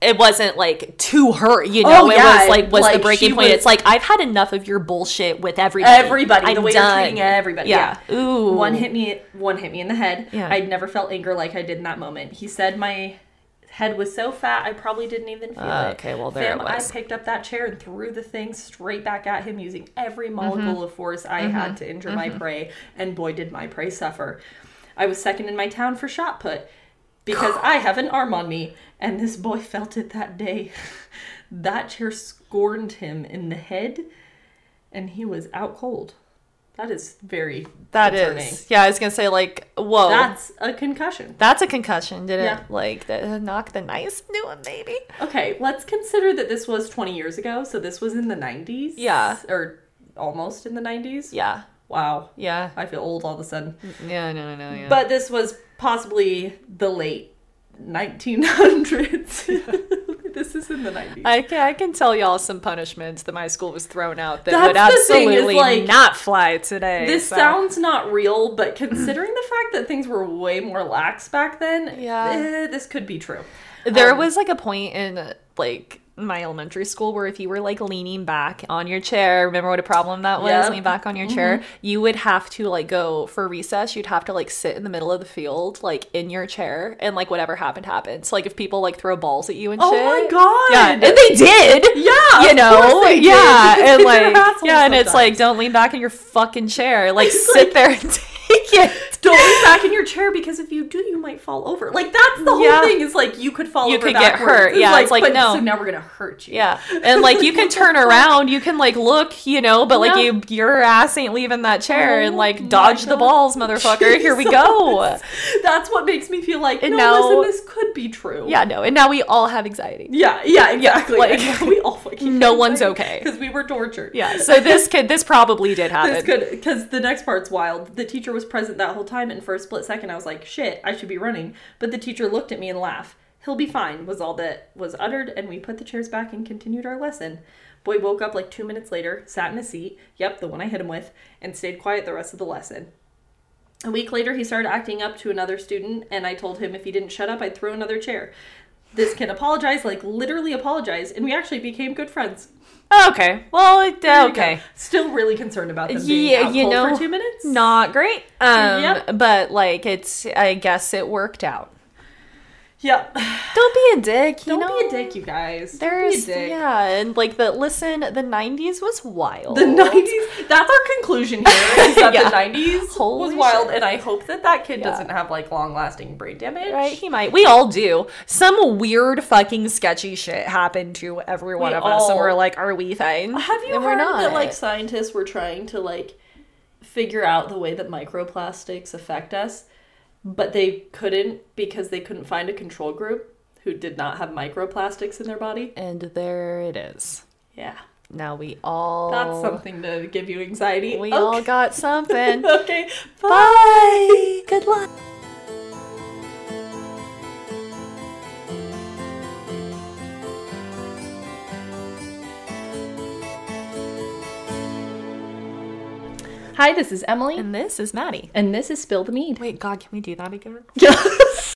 Speaker 1: it wasn't like to her, you know.
Speaker 2: Oh,
Speaker 1: it
Speaker 2: yeah,
Speaker 1: was like was the
Speaker 2: like,
Speaker 1: breaking
Speaker 2: she
Speaker 1: point.
Speaker 2: was-
Speaker 1: it's like I've had enough of your bullshit with everybody.
Speaker 2: Everybody, the
Speaker 1: I'm
Speaker 2: way
Speaker 1: done.
Speaker 2: you're treating everybody. Yeah.
Speaker 1: Yeah. Ooh.
Speaker 2: One hit me. One hit me in the head.
Speaker 1: Yeah.
Speaker 2: I'd never felt anger like I did in that moment. He said my head was so fat I probably didn't even feel
Speaker 1: Uh,
Speaker 2: it.
Speaker 1: okay, well, there
Speaker 2: Fam,
Speaker 1: it was.
Speaker 2: I picked up that chair and threw the thing straight back at him, using every
Speaker 1: Mm-hmm.
Speaker 2: molecule of force I had to injure my prey. And boy, did my prey suffer. I was second in my town for shot put
Speaker 1: *gasps*
Speaker 2: because I have an arm on me, and this boy felt it that day. *laughs* that chair scorned him in the head, and he was out cold. That is very
Speaker 1: That
Speaker 2: concerning.
Speaker 1: is. Yeah, I was gonna say like whoa. That's,
Speaker 2: That's a concussion.
Speaker 1: a concussion. Did
Speaker 2: Yeah.
Speaker 1: it like that knock the nice new one maybe?
Speaker 2: Okay, let's consider that this was 20 years ago, so this was in the 90s.
Speaker 1: Yeah.
Speaker 2: Or almost in the 90s.
Speaker 1: Yeah.
Speaker 2: Wow.
Speaker 1: Yeah.
Speaker 2: I feel old all of a sudden.
Speaker 1: Yeah, no, no, no, yeah.
Speaker 2: But this was possibly the late 1900s. *laughs* this is in the 90s.
Speaker 1: I can, I can tell y'all some punishments that my school was thrown out that
Speaker 2: That's
Speaker 1: would
Speaker 2: the thing, is,
Speaker 1: absolutely
Speaker 2: like,
Speaker 1: not fly today.
Speaker 2: this
Speaker 1: so-
Speaker 2: sounds not real, but considering the fact that things were way more lax back then,
Speaker 1: Yeah.
Speaker 2: eh, this could be true.
Speaker 1: There
Speaker 2: Um,
Speaker 1: was like a point in like my elementary school where if you were like leaning back on your chair, remember what a problem that was?
Speaker 2: Yeah. Mm-hmm.
Speaker 1: Leaning back on your chair, you would have to like go for recess. You'd have to like sit in the middle of the field, like in your chair, and like whatever happened happened. So like if people like throw balls at you and
Speaker 2: Oh
Speaker 1: shit,
Speaker 2: my God.
Speaker 1: yeah, and they did,
Speaker 2: Yeah,
Speaker 1: you
Speaker 2: of
Speaker 1: know,
Speaker 2: course they did,
Speaker 1: yeah,
Speaker 2: because
Speaker 1: and
Speaker 2: kids are
Speaker 1: like
Speaker 2: assholes
Speaker 1: yeah, and it's
Speaker 2: sometimes.
Speaker 1: like don't lean back in your fucking *laughs* chair, like sit there and take it.
Speaker 2: Don't lean
Speaker 1: *laughs*
Speaker 2: back in your chair because if you do, you might fall over. Like that's the whole
Speaker 1: Yeah.
Speaker 2: thing is like you could fall
Speaker 1: You
Speaker 2: over.
Speaker 1: could get
Speaker 2: backwards.
Speaker 1: hurt. Yeah, it's like,
Speaker 2: but-
Speaker 1: no.
Speaker 2: So now we're gonna hurt you.
Speaker 1: Yeah. And like you can *laughs* turn around, you can like look, you know, but like
Speaker 2: Yeah.
Speaker 1: you your ass ain't leaving that chair and
Speaker 2: Oh
Speaker 1: like
Speaker 2: my
Speaker 1: dodge the
Speaker 2: God.
Speaker 1: balls, motherfucker. Here we go.
Speaker 2: *laughs* That's what makes me feel like
Speaker 1: And
Speaker 2: no, listen,
Speaker 1: now-
Speaker 2: this could be true.
Speaker 1: Yeah, no. And now we all have anxiety.
Speaker 2: yeah, yeah, exactly. *laughs*
Speaker 1: like,
Speaker 2: we all fucking
Speaker 1: no one's okay.
Speaker 2: because we were tortured.
Speaker 1: Yeah. So this kid *laughs* this probably did happen.
Speaker 2: This could because the next part's wild. The teacher was present that whole time, and for a split second, I was like, "Shit, I should be running." But the teacher looked at me and laughed. "He'll be fine," was all that was uttered, and we put the chairs back and continued our lesson. Boy woke up like two minutes later, sat in a seat. Yep, the one I hit him with, and stayed quiet the rest of the lesson. A week later, he started acting up to another student, and I told him if he didn't shut up, I'd throw another chair. This kid apologized, like literally apologized, and we actually became good friends.
Speaker 1: Okay. Well, it,
Speaker 2: There you go.
Speaker 1: okay.
Speaker 2: Still really concerned about them being
Speaker 1: Yeah,
Speaker 2: out
Speaker 1: you
Speaker 2: cold
Speaker 1: know,
Speaker 2: for two minutes.
Speaker 1: Not great. Um
Speaker 2: Yep.
Speaker 1: but like it's I guess it worked out.
Speaker 2: Yep.
Speaker 1: Don't be a dick, you
Speaker 2: *sighs* Don't
Speaker 1: know.
Speaker 2: be a dick, you guys. Don't
Speaker 1: There's
Speaker 2: be a dick.
Speaker 1: yeah, and like the listen, the 90s was wild.
Speaker 2: The nineties. That's our conclusion here.
Speaker 1: *laughs*
Speaker 2: Is that
Speaker 1: Yeah.
Speaker 2: the nineties
Speaker 1: Holy
Speaker 2: was wild,
Speaker 1: shit.
Speaker 2: and I hope that that kid
Speaker 1: Yeah.
Speaker 2: doesn't have like long-lasting brain damage.
Speaker 1: Right, he might. We all do. Some weird fucking sketchy shit happened to every one
Speaker 2: We
Speaker 1: of us, and
Speaker 2: all-
Speaker 1: we're like, "Are we fine?"
Speaker 2: Have you
Speaker 1: and
Speaker 2: heard that like scientists were trying to like figure out the way that microplastics affect us, but they couldn't because they couldn't find a control group who did not have microplastics in their body?
Speaker 1: And there it is.
Speaker 2: Yeah.
Speaker 1: Now we all.
Speaker 2: That's something to give you anxiety.
Speaker 1: Oh. We
Speaker 2: okay.
Speaker 1: all got something.
Speaker 2: *laughs* okay. Bye.
Speaker 1: Bye. Good luck.
Speaker 2: Hi, this is Emily.
Speaker 1: And this is Maddie.
Speaker 2: And this is Spill the Mead. *laughs*
Speaker 1: Wait, God, can we do that again?
Speaker 2: Yes.